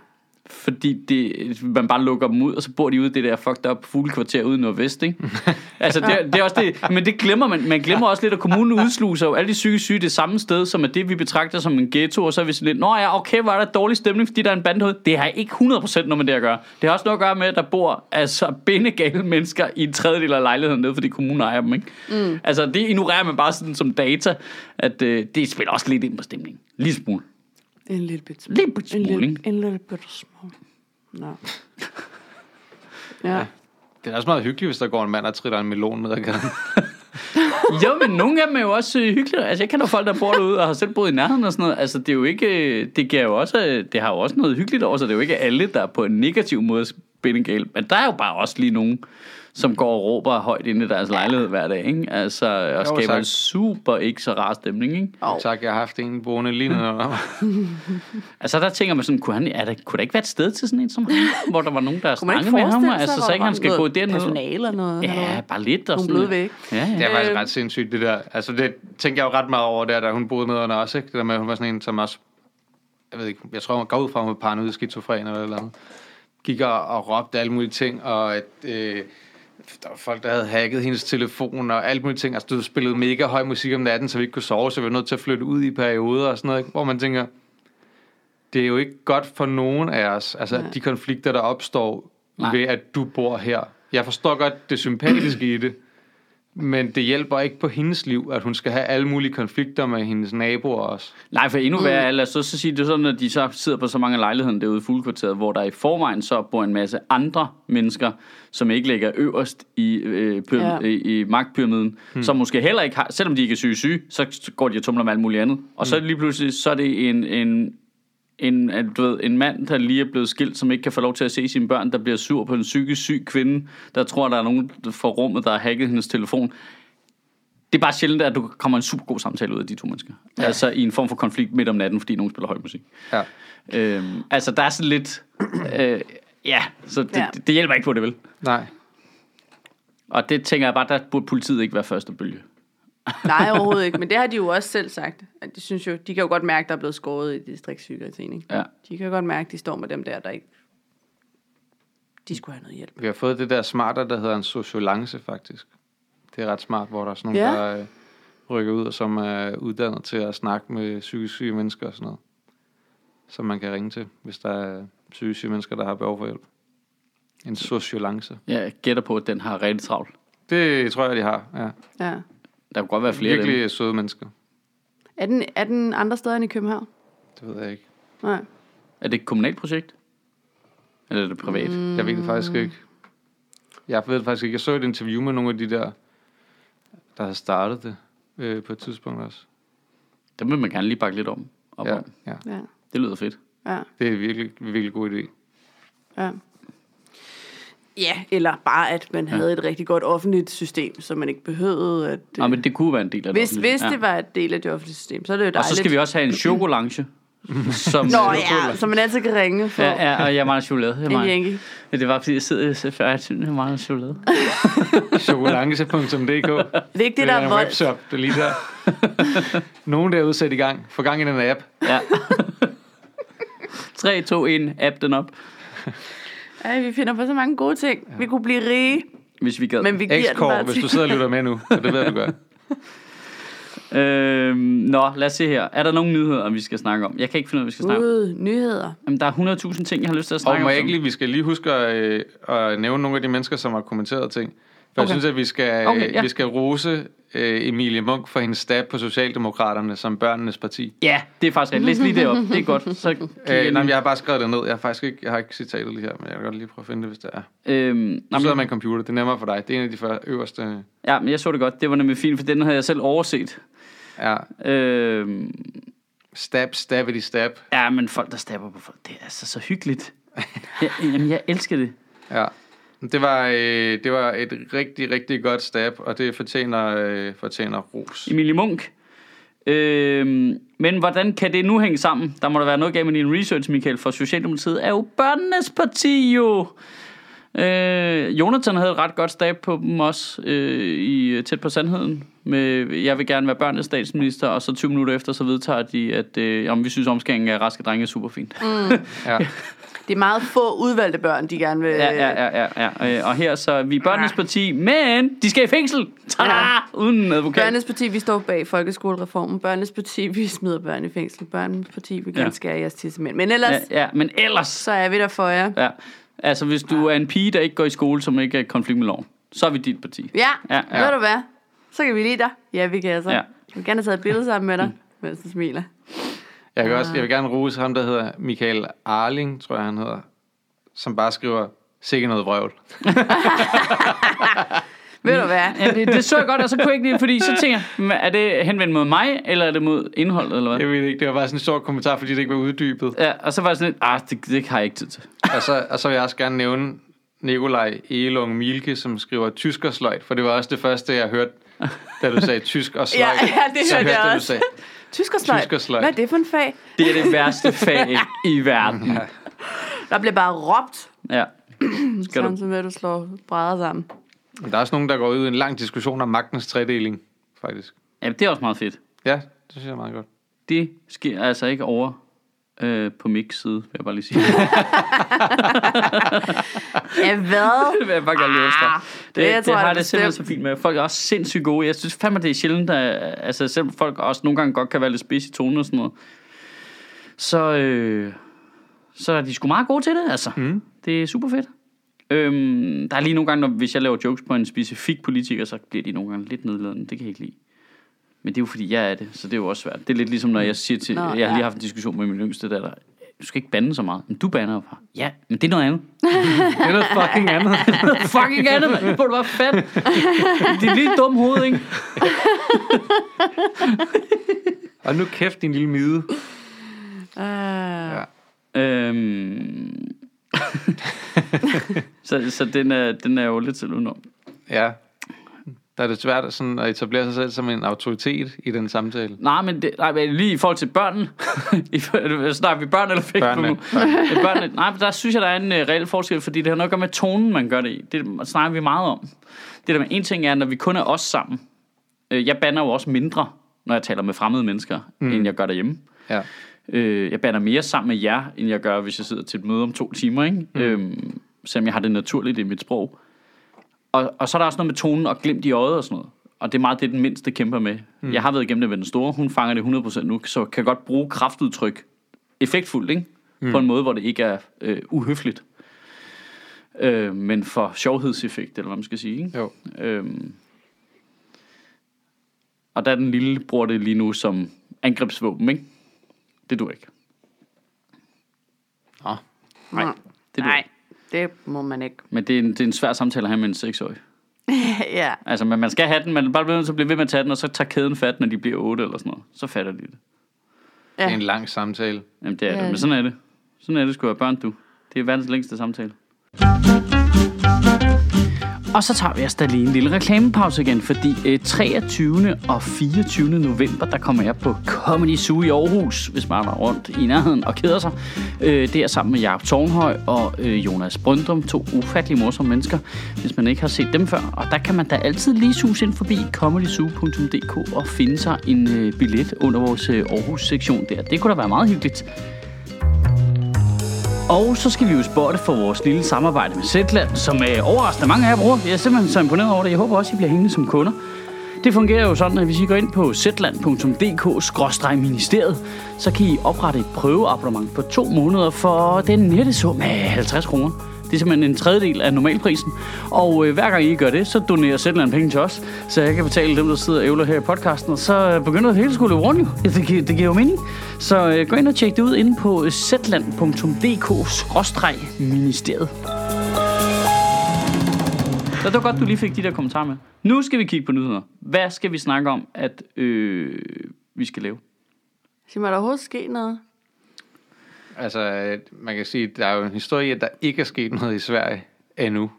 Fordi det, man bare lukker dem ud, og så bor de ude i det der fucked up fuglekvarter ude i Nordvest, ikke? altså, det, er- det er også det, men det glemmer man. Man glemmer også lidt, at kommunen udsluser jo alle de psykisk syge det samme sted, som er det, vi betragter som en ghetto, og så er vi sådan lidt, nå ja, okay, var der dårlig stemning, fordi der er en bandehoved. Det har ikke 100% noget med det at gøre. Det har også noget at gøre med, at der bor altså bindegale mennesker i en tredjedel af lejligheden nede, fordi kommunen ejer dem, ikke? Mm. Altså, det ignorerer man bare sådan som data, at øh, det spiller også lidt ind på stemningen. Lige smule.
En lille bit smule.
Lidt bit
en
smule,
lille,
ikke?
en lille bit smule. Nå. Ja.
Det er også meget hyggeligt, hvis der går en mand og triller en melon ned ad gaden.
Jo, men nogle af dem er jo også øh, hyggelige. Altså, jeg kender folk, der bor derude og har selv boet i nærheden og sådan noget. Altså, det er jo ikke... øh, Det, giver jo også, øh, det har jo også noget hyggeligt over, så det er jo ikke alle, der på en negativ måde spænder galt. Men der er jo bare også lige nogen, som går og råber højt inde i deres lejlighed hver dag, ikke? Altså, og
Jo,
skaber
tak.
en super ikke så rar stemning, ikke?
Oh.
Tak, jeg har haft en boende lige nede under mig.
Altså, der tænker man sådan, kunne, han, er der, kunne der ikke være et sted til sådan en som ham, hvor der var nogen, der
Kunne man ikke
snakkede med ham?
forestille sig,
Altså,
hvor
så
der
ikke han
var
skal
noget
gå derned.
Personale eller noget.
Ja,
halløj?
bare lidt og
Nogle
sådan noget.
bløde vægge.
Ja, ja.
Det er faktisk
Øhm.
ret sindssygt, det der. Altså, det tænkte jeg jo ret meget over der, da hun boede med under os, ikke? Det der med, at hun var sådan en, som også... Jeg ved ikke, jeg tror, hun går ud fra, at hun var paranoid skizofren eller et eller andet. Gik og, og råbte alle mulige ting, og at, øh, der var folk, der havde hacket hendes telefon og alt mulige ting. Altså, du spillede mega høj musik om natten, så vi ikke kunne sove, så vi var nødt til at flytte ud i perioder og sådan noget, ikke? Hvor man tænker, det er jo ikke godt for nogen af os, altså
Nej.
at de konflikter, der opstår
Nej.
Nej. ved, at du bor her. Jeg forstår godt det sympatiske i det, men det hjælper ikke på hendes liv, at hun skal have alle mulige konflikter med hendes naboer også.
Nej, for endnu værre er, lad os så, så sige, det er sådan, at de så sidder på så mange lejligheder derude i fuglekvarteret, hvor der i forvejen så bor en masse andre mennesker, som ikke ligger øverst i, øh, pyram-
Ja.
ja. i, i magtpyramiden, hmm. som måske heller ikke har, selvom de ikke er syge syge, så går de og tumler med alt muligt andet. Og så lige pludselig, så er det en, en, en, at du ved, en mand, der lige er blevet skilt, som ikke kan få lov til at se sine børn, der bliver sur på en psykisk syg kvinde, der tror, der er nogen fra rummet, der har hacket hendes telefon. Det er bare sjældent, at du kommer en super god samtale ud af de to mennesker. Ja. Altså i en form for konflikt midt om natten, fordi nogen spiller høj musik.
Ja.
Øhm, altså der er sådan lidt... Øh, ja, så det,
Ja.
ja. Det, det hjælper ikke på det, vel?
Nej.
Og det tænker jeg bare, der burde politiet ikke være første bølge.
Nej, overhovedet ikke. Men det har de jo også selv sagt. At De, synes jo, de kan jo godt mærke, der er blevet skåret i distriktspsykiatrien. Ikke?
Ja.
De kan jo godt mærke, at de står med dem der, der ikke... De skulle have noget hjælp.
Vi har fået det der smartere, der hedder en sociolance, faktisk. Det er ret smart, hvor der er sådan nogle,
Ja.
ja. der øh, rykker ud, og som er uddannet til at snakke med psykisk syge mennesker og sådan noget. Som man kan ringe til, hvis der er psykisk syge mennesker, der har behov for hjælp. En sociolance.
Jeg gætter på, at den har rigtig travlt.
Det tror jeg, de har, ja.
Ja.
Der kunne godt være flere af dem.
Virkelig søde mennesker.
Er den, er den andre steder end i København?
Det ved jeg ikke.
Nej.
Er det et kommunalt projekt? Eller er det privat? Mm.
Jeg ved det faktisk ikke. Jeg ved det faktisk ikke. Jeg så et interview med nogle af de der, der havde startet det øh, på et tidspunkt også.
Det vil man gerne lige bakke lidt om. Op ja.
Ja,
om.
ja.
Ja.
Det lyder fedt.
Ja.
Det er en virkelig, virkelig god idé.
Ja. Ja, eller bare, at man havde et rigtig godt offentligt system, så man ikke behøvede at... øh,
Ja, Ah, men det kunne være en del af
hvis
det.
hvis
ja.
det var et del af det offentlige system, så er det jo
Og
dejligt.
så skal vi også have en chokolange. som,
Nå ja, så man altid kan ringe for ja,
Ja, ja, og jeg mangler chokolade. Jeg
en
mangler.
Yankee.
Ja, det var, fordi jeg sidder i SF, og jeg synes, jeg mangler chokolade.
Chokolance.dk
Det er ikke det, der er
en
vold.
webshop, det er lige der. Nogen derude sæt i gang. Få gang i den app.
Ja. 3, 2, 1, app den op,
Ej, vi finder på så mange gode ting. Vi kunne blive rige,
hvis vi gad.
men vi giver den
X-Core,
bare
hvis
til.
du sidder og lytter med nu. Så det ved jeg, du gør.
Øhm, nå, lad os se her. Er der nogen nyheder, vi skal snakke om? Jeg kan ikke finde ud af, hvad vi skal snakke om.
Ude, nyheder.
Jamen, der er 100.000 ting, jeg har lyst til at snakke
Og må
om.
jeg ikke lige, vi skal lige huske at, øh, at nævne nogle af de mennesker, som har kommenteret ting. For okay. jeg
Okay.
synes, at vi skal, øh,
Okay, ja.
vi skal rose øh, Emilie Munk for hendes stab på Socialdemokraterne som børnenes parti.
Ja, det er faktisk rigtigt. Læs lige det op. Det er godt. Så kigger
Øh,
jeg
nej, men
lige.
jeg har bare skrevet det ned. Jeg har faktisk ikke, jeg har ikke citatet lige her, men jeg kan godt lige prøve at finde det, hvis det er.
Øhm,
Nu
jamen,
sidder man en computer, det er nemmere for dig. Det er en af de før, øverste...
ja, men jeg så det godt. Det var nemlig fint, for den havde jeg selv overset.
Ja,
Øhm,
stab, stabity stab.
ja, men folk, der stabber på folk, det er altså så hyggeligt. Jeg, jamen, jeg elsker det.
Ja. Det var, øh, det var et rigtig, rigtig godt stab, og det fortjener, øh, fortjener ros.
Emilie Munk. Øhm, men hvordan kan det nu hænge sammen? Der må der være noget galt med din research, Michael, for Socialdemokratiet er jo børnenes parti jo. Øh, Jonathan havde et ret godt stab på dem også øh, i Tæt på Sandheden. Med, jeg vil gerne være børnenes statsminister, og så 20 minutter efter, så vedtager de, at øh, om vi synes, omskæringen af raske drenge er super fint. Mm.
Ja.
Det er meget få udvalgte børn, de gerne vil...
Ja, ja, ja, ja, ja. Øh, Og her så, vi er børnenes parti, men de skal i fængsel! Tada!
Ja.
Uden en advokat.
Børnenes parti, vi står bag folkeskolereformen. Børnenes parti, vi smider børn i fængsel. Børnenes parti, vi gerne
Ja.
ja. skære jeres tissemænd. Men ellers, ja.
Ja, ja, men ellers...
så er vi der for jer.
Ja. Altså, hvis du er en pige, der ikke går i skole, som ikke er i konflikt med loven, så er vi dit parti.
Ja,
Ja,
ja,
ja.
ja. ved du hvad? Så kan vi lide dig. Ja, vi kan altså.
Ja. Mm.
Ja. Jeg vil gerne have taget et billede sammen med dig, mens du smiler.
Jeg, vil også, jeg vil gerne rose ham, der hedder Michael Arling, tror jeg han hedder, som bare skriver, sikke noget vrøvl.
Ved du hvad?
Mm. Ja, det, det så jeg godt, og så kunne jeg ikke lide, fordi så tænker jeg, "Men er det henvendt mod mig, eller er det mod indholdet, eller hvad?
Jeg ved ikke, det var bare sådan en stor kommentar, fordi det ikke var uddybet.
Ja, og så var jeg sådan lidt, ah, det, det har jeg ikke tid til.
og, så, og så vil jeg også gerne nævne Nikolaj Elung Milke, som skriver tyskersløjt, for det var også det første, jeg hørte, da du sagde tysk og sløjt.
Ja, ja, det
så
hørte jeg
du
også.
sagde.
Tyskersløjt.
Tyskersløjt.
Hvad er det for en fag?
Det er det værste fag i verden.
Der bliver bare råbt,
Ja. Skal du?
samtidig med, at du slår brædder sammen.
Men der er også nogen, der går ud i en lang diskussion om magtens tredeling, faktisk.
Ja, det er også meget fedt.
Ja, det synes jeg er meget godt.
Det sker altså ikke over øh, på Miks side, vil jeg bare lige sige.
Ja, hvad?
det vil jeg bare gerne lige efter.
Ah,
Det,
det
det,
tror
det,
jeg
har
da
jeg det simpelthen så
bestemt.
fint med. Folk er også sindssygt gode. Jeg synes fandme, det er sjældent, at altså, selv folk også nogle gange godt kan være lidt spids i tonen og sådan noget. Så, øh, så er de sgu meget gode til det, altså. Mm. Det er super fedt. Øhm, der er lige nogle gange, når, hvis jeg laver jokes på en specifik politiker, så bliver de nogle gange lidt nedladende. Det kan jeg ikke lide. Men det er jo fordi, jeg er det, så det er jo også svært. Det er lidt ligesom, når jeg siger til... Nå,
Nå,
jeg har
ja.
lige haft en diskussion med min yngste datter. Du skal ikke bande så meget. Men du bander jo bare. Ja, men det er noget andet
Det er noget fucking andet.
fucking andet, mand. Det burde være fat. Det er lige dum hoved, ikke?
Og nu kæft, din lille mide.
Uh,
Ja.
Øhm... så, så den er, den er jo lidt til udenom.
Ja. Der er det svært sådan at etablere sig selv som en autoritet i den samtale.
Nej, men det, nej, men lige i forhold til børnene. I for- øh, Snakker vi børn eller fik
Børnene.
børnene. børnene. Nej, men der synes jeg, der er en uh, reel forskel, fordi det har noget at gøre med tonen, man gør det i. Det snakker vi meget om. Det der med en ting er, når vi kun er os sammen. Øh, jeg banner jo også mindre, når jeg taler med fremmede mennesker, mm. end jeg gør derhjemme.
Ja.
Øh, jeg banner mere sammen med jer, end jeg gør, hvis jeg sidder til et møde om to timer, ikke? Mm. Øhm, selvom jeg har det naturligt i mit sprog. Og, og så er der også noget med tonen og glimt i øjet og sådan noget. Og det er meget det, den mindste kæmper med. Mm. Jeg har været igennem det med den store. Hun fanger det 100% nu, så kan godt bruge kraftudtryk effektfuldt, ikke? Mm. På en måde, hvor det ikke er øh, uhøfligt. Øh, men for sjovhedseffekt, eller hvad man skal sige, ikke?
Jo.
Øhm. Og der er den lille, bruger det lige nu som angrebsvåben, ikke? Det du ikke.
Nå.
Nej,
Nå.
det du
nej,
ikke.
det må man ikke.
Men det er, en, det er en svær samtale at have med en seksårig.
ja.
Altså, men man skal have den, man er bare bliver nødt til at blive ved med at tage den, og så tager kæden fat, når de bliver otte eller sådan noget. Så fatter de det.
Det er en lang samtale.
Jamen, det er
Ja.
det. Men sådan er det. Sådan er det sgu at have børn, du. Det er verdens længste samtale. Og så tager vi os da lige en lille reklamepause igen, fordi øh, 23. og 24. november, der kommer jeg på Comedy Zoo i Aarhus, hvis man er rundt i nærheden og keder sig. Øh, det er sammen med Jacob Tornhøj og øh, Jonas Brøndum, to ufattelig morsomme mennesker, hvis man ikke har set dem før. Og der kan man da altid lige suge ind forbi comedyzoo.dk og finde sig en øh, billet under vores øh, Aarhus-sektion der. Det kunne da være meget hyggeligt. Og så skal vi jo spotte for vores lille samarbejde med Zetland, som øh, overraskende mange af jer bruger. Jeg er simpelthen så imponeret over det. Jeg håber også, I bliver hængende som kunder. Det fungerer jo sådan, at hvis I går ind på zland.dk-ministeriet, så kan I oprette et prøveabonnement på to måneder for den nette sum af 50 kroner. Det er simpelthen en tredjedel af normalprisen. Og øh, hver gang I gør det, så donerer Zetland penge til os, så jeg kan betale dem, der sidder og ævler her i podcasten. Og så øh, begynder det hele skulle løbe rundt jo. Ja, det, gi- det giver jo mening. Så øh, gå ind og tjek det ud inde på zland.dk-ministeriet. Så det var godt, du lige fik de der kommentarer med. Nu skal vi kigge på nyheder. Hvad skal vi snakke om, at øh, vi skal lave?
Sig mig, er der overhovedet sket noget?
Altså, øh, man kan sige, at der er jo en historie, at der ikke er sket noget i Sverige endnu.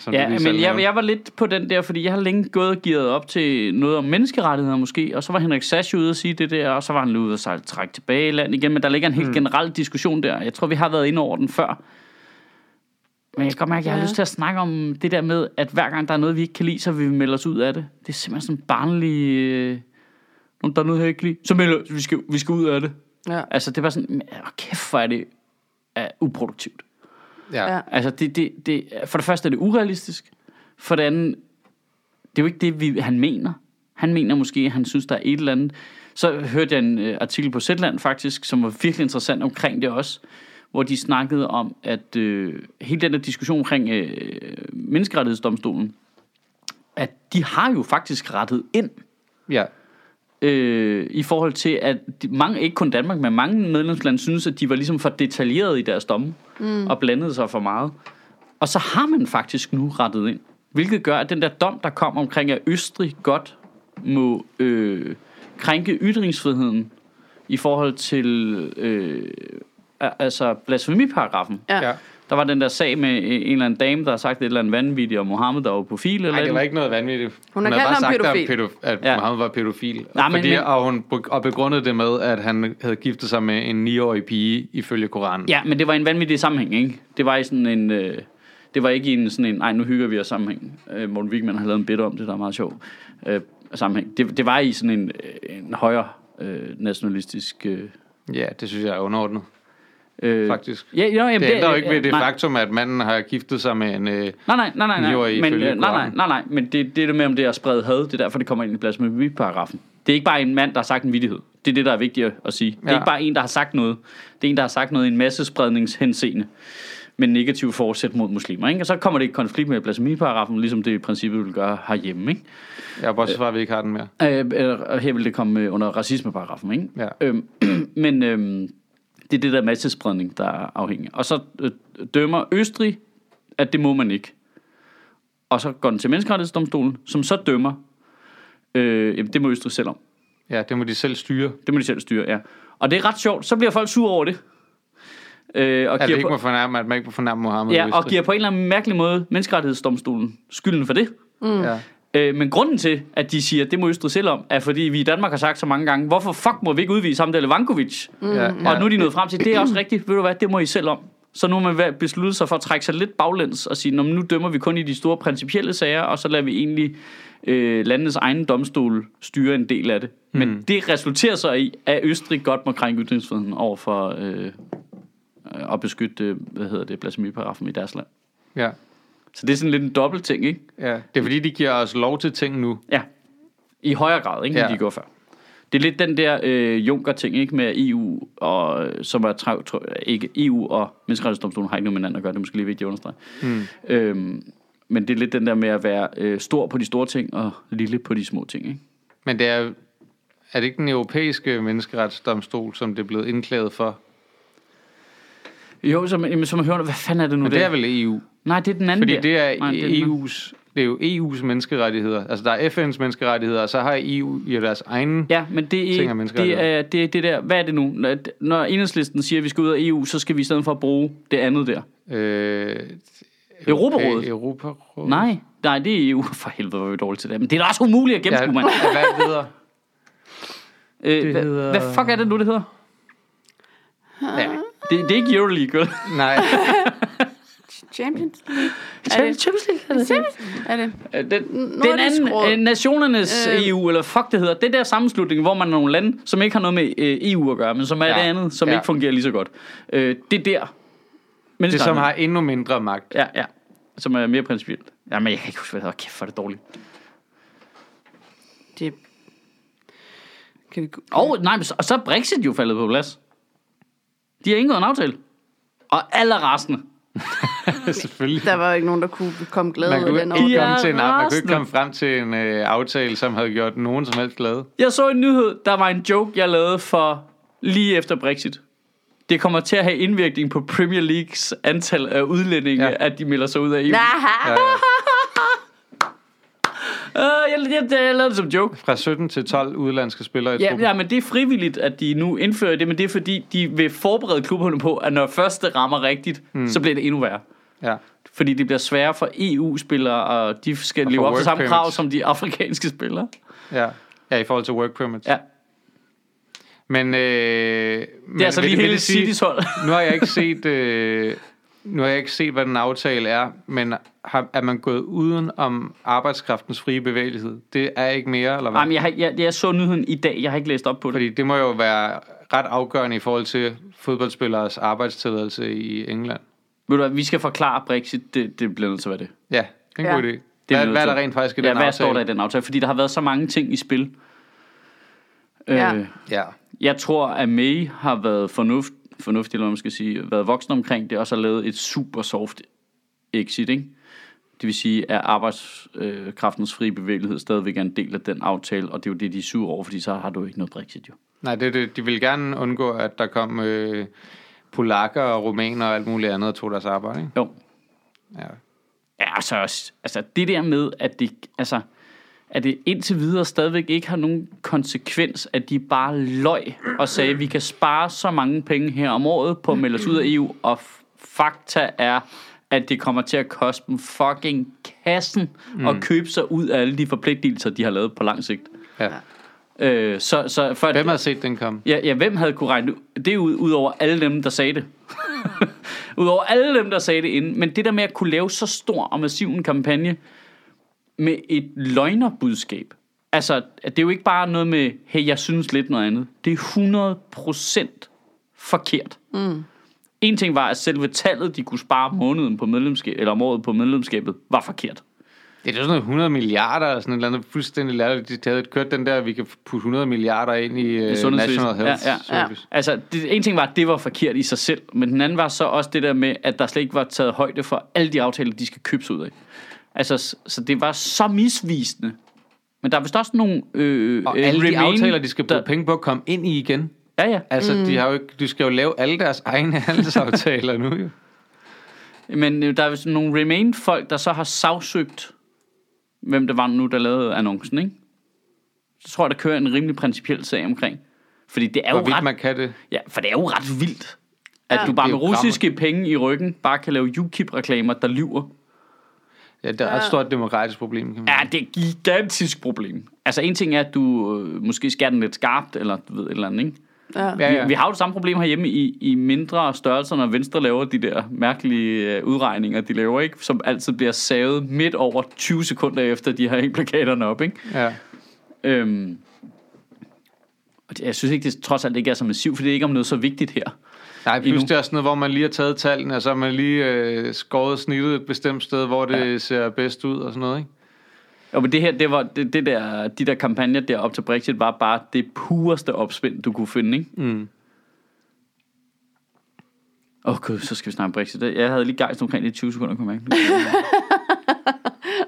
Som
Ja,
du lige
men
selv
jeg,
nævnte.
jeg var lidt på den der, fordi jeg har længe gået og gearet op til noget om menneskerettigheder måske, og så var Henrik Sass jo ude at sige det der, og så var han ude og sejle trække tilbage i land igen, men der ligger en helt
Hmm.
generel diskussion der. Jeg tror, vi har været inde over den før. Men jeg kan godt mærke, at jeg har
Ja.
lyst til at snakke om det der med, at hver gang der er noget, vi ikke kan lide, så vil vi melde os ud af det. Det er simpelthen sådan en barnlig... Øh, "Nå, der er noget, jeg ikke kan lide. Så melder vi skal, vi skal ud af det.
Ja.
Altså, det var sådan, "Men, åh, kæft, hvor er det uh, uproduktivt.
Ja.
Ja.
ja.
Altså, det, det, det, for det første er det urealistisk. For det andet, det er jo ikke det, vi, han mener. Han mener måske, at han synes, der er et eller andet. Så hørte jeg en øh, artikel på Zetland faktisk, som var virkelig interessant omkring det også, hvor de snakkede om, at øh, hele den der diskussion omkring øh, menneskerettighedsdomstolen, at de har jo faktisk rettet ind
ja.
øh, i forhold til, at de- mange, ikke kun Danmark, men mange medlemslande synes, at de var ligesom for detaljerede i deres domme, mm. og blandede sig for meget. Og så har man faktisk nu rettet ind, hvilket gør, at den der dom, der kom omkring, at Østrig godt må øh, krænke ytringsfriheden i forhold til øh, al- altså blasfemiparagrafen.
Ja.
ja.
ja.
Der var den der sag med øh, en eller anden dame, der har sagt et eller andet vanvittigt om Mohammed, der var på fil. Eller
Nej, det var
andet.
ikke noget vanvittigt.
Hun har
havde
kaldt
bare
ham
sagt,
pædofil.
At, pædof- at
Ja.
ja. han var pædofil.
Nej, men-
fordi,
men-
Og hun be- og begrundede det med, at han havde giftet sig med en 9-årig pige ifølge Koranen.
Ja, men det var i en vanvittig sammenhæng, ikke? Det var i sådan en... Øh, det var ikke i en sådan en, ej, nu hygger vi os sammenhæng. Øh, Morten Wigman har lavet en bit om det, der er meget sjov øh, sammenhæng. Det, det var i sådan en, øh, en højere øh, nationalistisk... Øh,
ja det synes jeg er underordnet.
øh,
Faktisk.
Ja, jo, jamen,
Det ændrer jo ikke ved
øh,
det
nej.
faktum, at manden har giftet sig med en... Øh,
Nej, nej, nej, nej,
Niveauer
nej.
i
Men,
følge
øh, nej, nej,
Koranen.
nej, nej, men det, det er det med, om det er spredt had, det er derfor, det kommer ind i blasfemiparagrafen. Det er ikke bare en mand, der har sagt en vittighed. Det er det, der er vigtigt at- at sige. Det er
Ja.
ikke bare en, der har sagt noget. Det er en, der har sagt noget i en masse spredningshenseende med negativ forsæt mod muslimer. Ikke? Og så kommer det i konflikt med blasfemiparagrafen, ligesom det i princippet vil gøre herhjemme. Ikke?
jeg er bortset fra, at vi ikke har den mere.
Øh, eller- og her vil det komme øh, under racismeparagrafen, ikke?
Ja.
Øhm, men øhm, det er det der massespredning, der er afhængig. Og så øh, dømmer Østrig, at det må man ikke. Og så går den til menneskerettighedsdomstolen, som så dømmer, øh, jamen, det må Østrig selv om.
Ja, det må de selv styre.
Det må de selv styre, ja. Og det er ret sjovt, så bliver folk sure over det. Øh, og giver
At, det ikke
på-
må fornærme, at man ikke må fornærme Mohammed i
ja, og
Østrig.
giver på en eller anden mærkelig måde menneskerettighedsdomstolen skylden for det.
Ja.
Øh, men grunden til, at de siger, at det må Østrig selv om, er fordi vi i Danmark har sagt så mange gange, hvorfor fuck må vi ikke udvise ham der Levankovic? Mm.
Ja, ja.
Og nu er de nået frem til, det er også rigtigt, ved du hvad, det må I selv om. Så nu har man valgt- besluttet sig for at trække sig lidt baglæns og sige, "Nå, men nu dømmer vi kun i de store principielle sager, og så lader vi egentlig øh, landets egen domstol styre en del af det. Men det resulterer så i, at Østrig godt må krænke ytringsfriheden over for øh, øh, at beskytte, øh, hvad hedder det, blasfemiparagrafen i deres land.
ja.
Så det er sådan lidt en dobbelt ting, ikke?
Ja, det er fordi, de giver os lov til ting nu.
Ja, i højere grad, ikke, end
Ja.
de gjorde før. Det er lidt den der øh, Junker-ting, ikke, med EU, og, øh, som er tra- tro- ikke, EU og menneskerettighedsdomstolen har ikke noget med hinanden at gøre, det er måske lige vigtigt at understrege. Mm. Øhm, men det er lidt den der med at være øh, stor på de store ting, og lille på de små ting, ikke?
Men det er, er det ikke den europæiske menneskeretsdomstol, som det er blevet indklaget for?
Jo, som, jamen, som man hører, hvad fanden er det nu?
Men det er vel EU?
Nej, det er den anden
Fordi
der.
det er E
Nej, den anden.
EU's, det er jo EU's menneskerettigheder. Altså der er FN's menneskerettigheder, og så har EU jo deres egne.
Ja, men det
Ting
er,
og
det,
menneskerettigheder.
er, det er det der, hvad er det nu? Når, når enhedslisten siger, at vi skal ud af EU, så skal vi i stedet for bruge det andet der.
Øh,
Europarådet.
øh, Europarådet.
Nej, nej, det er EU. For helvede, hvor er vi dårlige til det. Men det er da også umuligt at
Ja,
gennemskue, mand.
hvad hedder?
Øh, hvad,
hedder-
hvad fuck er det nu, det hedder?
Ja,
Det, det er ikke Euroleague, vel?
nej,
Champions League. Er det?
Champions League er det.
Er det?
Øh, Den, den
Nordisk
anden,
Råd.
øh, nationernes
Øh.
øh. EU, eller fuck det hedder, det der sammenslutning, hvor man er nogle lande, som ikke har noget med øh, EU at gøre, men som er
Ja.
det andet, som
Ja.
ikke fungerer lige så godt. Øh, det er der. Men
det som har endnu mindre magt.
Ja, ja. Som er mere principielt. Jamen, jeg kan ikke huske, hvad det hedder. Kæft, hvor er det dårligt.
Det... Kan vi... gå-
Og, nej, men så, og så er Brexit jo faldet på plads. De har indgået en aftale. Og alle er rasende.
Selvfølgelig.
Der var jo ikke nogen, der kunne komme glad
Man
ud af
kunne,
den
ikke
Ja,
komme
over.
til en, man kunne ikke
rasende.
komme frem til en øh, aftale, som havde gjort nogen som helst glade.
Jeg så en nyhed, der var en joke, jeg lavede for lige efter Brexit. Det kommer til at have indvirkning på Premier Leagues antal af udlændinge, ja.
Ja.
at de melder sig ud af E EU.
Ja.
Ja, ja.
Uh, jeg, jeg, jeg, jeg lavede det som joke.
Fra 17 til 12 udlandske spillere i
Ja,
truppen.
ja, men det er frivilligt, at de nu indfører det, men det er
Hmm.
fordi, de vil forberede klubberne på, at når første rammer rigtigt, mm. så bliver det endnu værre.
Ja.
Fordi det bliver sværere for EU-spillere, og de skal
Og
leve
for
op til
work
samme
permits.
krav som de afrikanske spillere.
Ja. ja, i forhold til work permits.
Ja,
Men, øh, men
det er altså
vil
lige
vil
hele
det sige-
City's hold.
nu har jeg ikke set, øh, nu har jeg ikke set, hvad den aftale er, men har, er man gået uden om arbejdskraftens frie bevægelighed? Det er ikke mere, eller hvad?
Jamen, jeg, har- jeg, jeg så nyheden i dag, jeg har ikke læst op på det.
Fordi det må jo være ret afgørende i forhold til fodboldspilleres arbejdstilladelse i England.
Ved du hvad, vi skal forklare Brexit, det, det bliver nødt til at være det.
Ja, det er en
Ja.
god idé.
Det
Hvad,
vi nødt
hvad er
til.
der rent faktisk i
ja,
den
hvad
aftale?
står der i den aftale? Fordi der har været så mange ting i spil.
Ja.
Øh,
Ja.
jeg tror, at May har været fornuft, fornuftig, eller hvad man skal sige, været voksen omkring det, og så lavet et super soft exit, ikke? Det vil sige, at arbejdskraftens frie bevægelighed stadigvæk er en del af den aftale, og det er jo det, de er sure over, fordi så har du ikke noget Brexit, jo.
Nej, det, er det, de vil gerne undgå, at der kom øh, polakker og rumæner og alt muligt andet og tog deres arbejde. Ikke?
Jo,
Ja.
Ja, altså, også- altså det der med, at det, altså, at det indtil videre stadigvæk ikke har nogen konsekvens, at de bare løg og sagde, at vi kan spare så mange penge her om året på at melde os ud af EU, og f- fakta er, at det kommer til at koste dem fucking kassen mm. at købe sig ud af alle de forpligtelser, de har lavet på lang sigt.
Ja.
Øh, så, så før,
Hvem har set den komme?
Ja, ja, hvem havde kunne regne det det ud, ud over alle dem, der sagde det? Udover alle dem, der sagde det inden. Men det der med at kunne lave så stor og massiv en kampagne med et løgnerbudskab. Altså, det er jo ikke bare noget med, hey, jeg synes lidt noget andet. Det er 100% forkert. Mm. En ting var, at selve tallet, de kunne spare om måneden på medlemskab, eller om året på medlemskabet, var forkert.
Det er da sådan noget 100 milliarder eller sådan et eller andet fuldstændig latterligt. De havde kørt den der, vi kan putte 100 milliarder ind i uh,
sundhedsvæsenet.
National
Ja,
Health
ja, ja.
Service.
Altså, det, en ting var, at det var forkert i sig selv, men den anden var så også det der med, at der slet ikke var taget højde for alle de aftaler, de skal købes ud af. Altså, s- så det var så misvisende. Men der er vist også nogle... Øh,
Og
øh,
alle de
Remain-
aftaler, de skal bruge
der-
penge på at komme ind i igen.
Ja, ja.
Altså, mm. de, har jo ikke, de skal jo lave alle deres egne handelsaftaler nu, jo.
Men øh, der er vist nogle Remain-folk, der så har sagsøgt, hvem det var nu, der lavede annoncen, ikke? Så tror jeg, der kører en rimelig principiel sag omkring. Fordi det er jo
Hvorvidt
ret
man kan det.
Ja, for det er jo ret vildt, at
Ja.
ja, du bare
Det er
med
jo gammelt.
russiske penge i ryggen bare kan lave UKIP-reklamer, der lyver.
Ja, det er et ret stort demokratisk problem, kan man
Ja, det er et gigantisk problem. Altså, en ting er, at du øh, måske skærer den lidt skarpt, eller du ved, et eller andet, ikke?
Ja.
Ja, ja.
Vi, vi har jo det samme problem herhjemme i, i mindre størrelser, når Venstre laver de der mærkelige øh, udregninger, de laver, ikke? Som altid bliver savet midt over 20 sekunder efter, de har hængt plakaterne op, ikke?
Ja.
Øhm, og det, jeg synes ikke, det trods alt ikke er så massivt, for det er ikke om noget så vigtigt her.
Nej,
Endnu.
plus det er også noget, hvor man lige har taget tallene, og så har man lige øh, skåret snittet et bestemt sted, hvor det ja. ser bedst ud og sådan noget, ikke?
Jo, men det her, det var, det, det der, de der kampagner der op til Brexit, var bare det pureste opspind, du kunne finde, ikke? Åh
Mm.
oh, gud, så skal vi snakke om Brexit. Jeg havde lige gejst omkring det i 20 sekunder, kunne jeg mærke.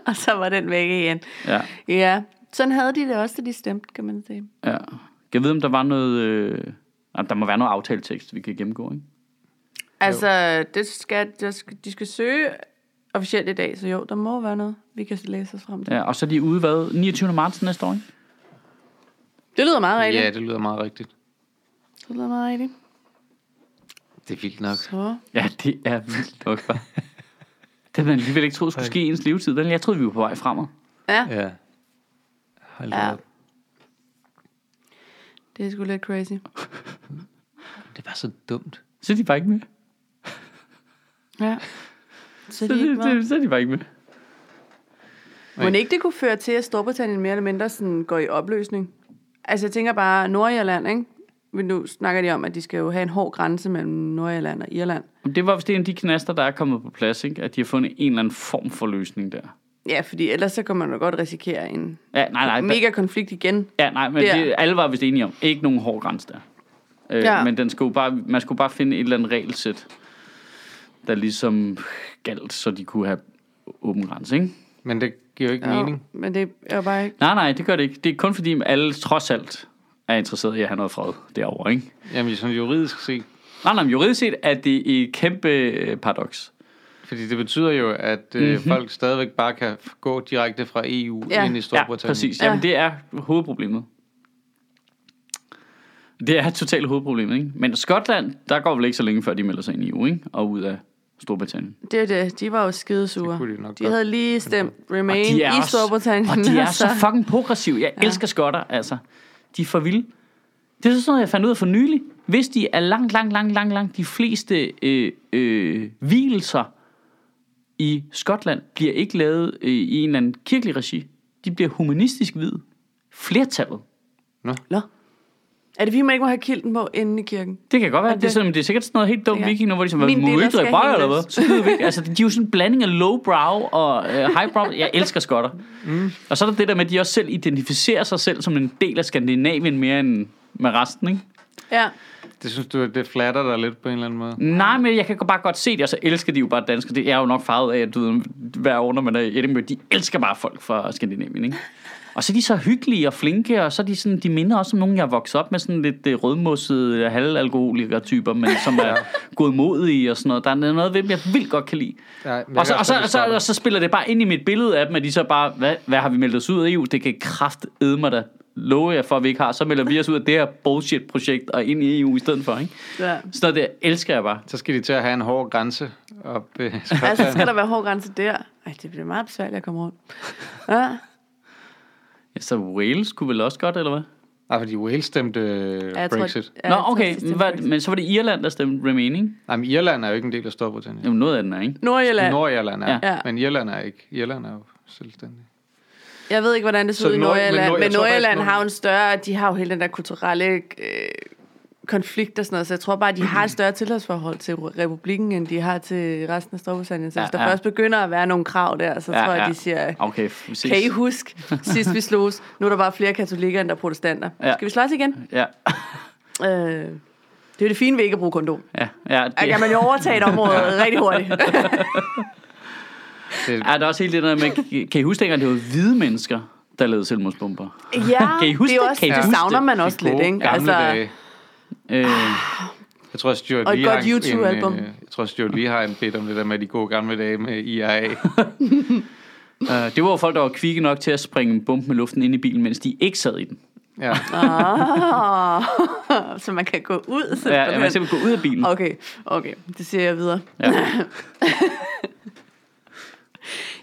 Og så var den væk igen.
Ja,
Ja. Sådan havde de det også, da de stemte, kan man sige.
ja. Jeg ved, om der var noget... Øh... nej, Der må være noget aftaletekst, vi kan gennemgå, ikke?
Altså, det skal, det skal, de skal søge officielt i dag, så jo, der må være noget, vi kan læse os frem til. Ja.
Ja, og så er de ude, hvad? 29. marts næste år, ikke?
Det lyder meget rigtigt.
Ja,
Yeah.
det lyder meget rigtigt.
Det lyder meget rigtigt.
Det er vildt nok.
Så.
Ja, det er vildt nok, hva'? Det havde man alligevel ikke troet skulle ske i ens levetid. vel? Jeg troede, vi var på vej fremad.
Ja,
Ja. Hold da
Ja.
op.
det er sgu lidt crazy.
Det var så dumt.
Så er de bare ikke med.
Ja. Så
Så,
de ikke
det,
meget.
det, så er de bare ikke med.
Må ikke det kunne føre til, at Storbritannien mere eller mindre sådan går i opløsning? Altså, jeg tænker bare, Nordirland, ikke? Men nu snakker de om, at de skal jo have en hård grænse mellem Nordirland og Irland.
Men Det var vist en af de knaster, der er kommet på plads, ikke? at de har fundet en eller anden form for løsning der.
Ja, fordi ellers så kan man jo godt risikere en
Ja, nej, nej.
mega konflikt igen.
Ja, nej, men
Der.
det, alle var vist enige om. Ikke nogen hård grænse der. Øh,
Ja.
ja. Men den skulle bare, man skulle bare finde et eller andet regelsæt, der ligesom galt, så de kunne have åben grænse, ikke?
Men det giver jo ikke
Jo,
mening.
men det er jo bare ikke...
Nej, nej, det gør det ikke. Det er kun fordi, alle trods alt er interesseret i at have noget fred derovre, ikke?
Jamen, sådan juridisk set.
Nej, nej, men juridisk set er det et kæmpe øh, paradoks.
Fordi det betyder jo, at øh, mm-hmm. folk stadigvæk bare kan f- gå direkte fra EU
Ja.
ja. ind i
Ja,
Storbritannien.
præcis.
Ja.
Jamen, det er hovedproblemet. Det er totalt hovedproblemet, ikke? Men Skotland, der går vel ikke så længe, før de melder sig ind i EU, ikke? Og ud af Storbritannien.
Det er det. De var jo skidesure.
Det kunne de nok
de
godt.
havde lige stemt Remain
de er
i
også-
Storbritannien.
Og de er
altså.
så fucking progressive. Jeg ja. elsker skotter, altså. De er for vilde. Det er så sådan noget, jeg fandt ud af for nylig. Hvis de er langt, langt, langt, langt, langt, de fleste øh, øh, hvilelser i Skotland bliver ikke lavet øh, i en eller anden kirkelig regi. De bliver humanistisk hvid. Flertallet.
Nå. Er det fordi, man ikke må have kilten på inden i kirken?
Det kan godt være. Det er,
det-
sådan, det er sikkert sådan noget helt dumt
Ja.
ja. vikinger, hvor de sådan,
Min
må
dealer
vi ikke drikke
skal
bajer eller hvad?
hænges.
Så ved vi ikke. Altså, de er jo sådan en blanding af lowbrow og øh, highbrow. Jeg elsker skotter. Mm. Og så er der det der med, at de også selv identificerer sig selv som en del af Skandinavien mere end med resten, ikke?
Ja.
Det synes du, det flatter dig lidt på en eller anden måde?
Nej, men jeg kan bare godt se det, og så elsker de jo bare danskere. Det er jeg jo nok farvet af, at du ved, hver år, når man er i Edinburgh, de elsker bare folk fra Skandinavien, ikke? Og så er de så hyggelige og flinke, og så er de sådan, de minder også om nogen, jeg er vokset op med, sådan lidt øh, rødmossede halvalkoholikere typer, men som er godmodige og sådan noget. Der er noget ved dem, jeg vildt godt kan lide.
Ja, men jeg
Og så,
kan
og,
også
så,
godt
og, så,
lide
og så spiller det bare ind i mit billede af dem, at de så bare, hvad, hvad har vi meldt os ud af EU? Det kan kraft edde mig da love jer for, at vi ikke har. Så melder vi os ud af det her bullshit-projekt og ind i EU i stedet for, ikke?
ja.
Sådan noget der elsker jeg bare.
Så skal de til at have en hård grænse op i Skotland.
Altså, skal der være hård grænse der? Ej, det bliver meget besværligt at komme rundt. Ja.
Ja, så Wales kunne vel også godt, eller hvad?
Nej, fordi Wales stemte
Ja,
øh,
jeg tror-
Brexit.
ja,
Nå,
jeg tror,
okay,
det stemmer
hvad,
faktisk.
men så var det Irland, der stemte Remain, ikke?
Nej, men Irland er jo ikke en del af Storbritannien.
Jamen, noget af den er, ikke?
Nordirland.
Nordirland er,
Ja.
ja. men Irland er ikke. Irland er jo selvstændig.
Jeg ved ikke, hvordan det ser
Så
ud i
Nord- men
Nordirland, men,
Nord- jeg tror
Nordirland
faktisk,
har jo en større, de har jo hele den der kulturelle øh, konflikt og sådan noget, så jeg tror bare, at de har et større tilhørsforhold til republikken, end de har til resten af Storbritannien. Så
Ja,
hvis der
ja.
først begynder at være nogle krav der, så tror jeg, de siger, øh,
Okay, præcis.
kan I huske, sidst vi slås, nu er der bare flere katolikker, end der er protestanter.
Ja.
Skal vi slås igen?
Ja,
Øh, det er jo det fine ved ikke at bruge kondom.
ja, ja.
Der
Det,
kan man jo overtage et område rigtig hurtigt.
Det,
er der er også helt det der med, kan I huske dengang, det var hvide mennesker, der lavede selvmordsbomber?
ja,
Kan I huske
det, er
det?
også,
Kan I
det
huske
savner
det?
man
de
også lidt,
gode
ikke?
Gamle altså, dage.
Øh,
Jeg tror, Stuart
Og et
Lee har
godt
en-
YouTube-album.
en, øh, jeg tror, Stuart Lee har en bit om det der med de gode gamle dage med IRA.
Ah.
øh, det var jo folk, der var kvikke nok til at springe en bombe med luften ind i bilen, mens de ikke sad i den.
Ja.
Ah, så man kan gå ud.
Ja,
simpelthen.
ja man simpelthen gå ud af bilen.
Okay, okay. Det siger jeg videre.
Ja.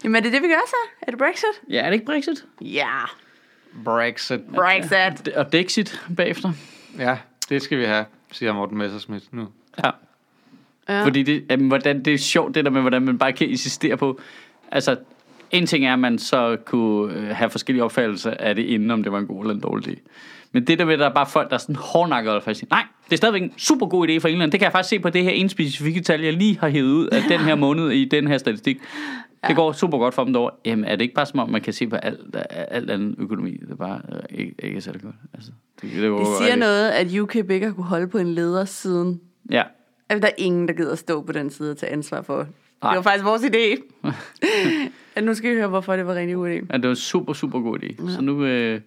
Jamen, er det det, vi gør så? Er det Brexit?
ja, er det ikke Brexit?
Ja,
Brexit.
Brexit.
Det- Og Dexit bagefter?
Ja, det skal vi have, siger Morten Messerschmidt nu.
Ja.
Ja.
Fordi det, jamen, hvordan, det er sjovt, det der med, hvordan man bare kan insistere på... Altså, en ting er, at man så kunne øh, have forskellige opfattelser af det, inden om det var en god eller en dårlig idé. Men det der med, at der er bare folk, der er sådan hårdnakket og faktisk siger, nej, det er stadigvæk en super god idé for England. Det kan jeg faktisk se på det her ene specifikke tal, jeg lige har hævet ud af den her måned i den her statistik. Det går super godt for dem derovre. Jamen, er det ikke bare som om, man kan se på alt, alt andet økonomi? Det er bare øh, ikke, ikke er særlig godt. Altså, det, det, går
Det siger
rigtig-
noget, at UK ikke har kunne holde på en leder siden.
Ja.
Altså, der er ingen, der gider stå på den side og tage ansvar for.
Nej.
Det var faktisk vores idé. Ja, nu skal vi høre, hvorfor det var rigtig god idé.
Ja, det var en super, super god idé. Ja. Så nu... Øh,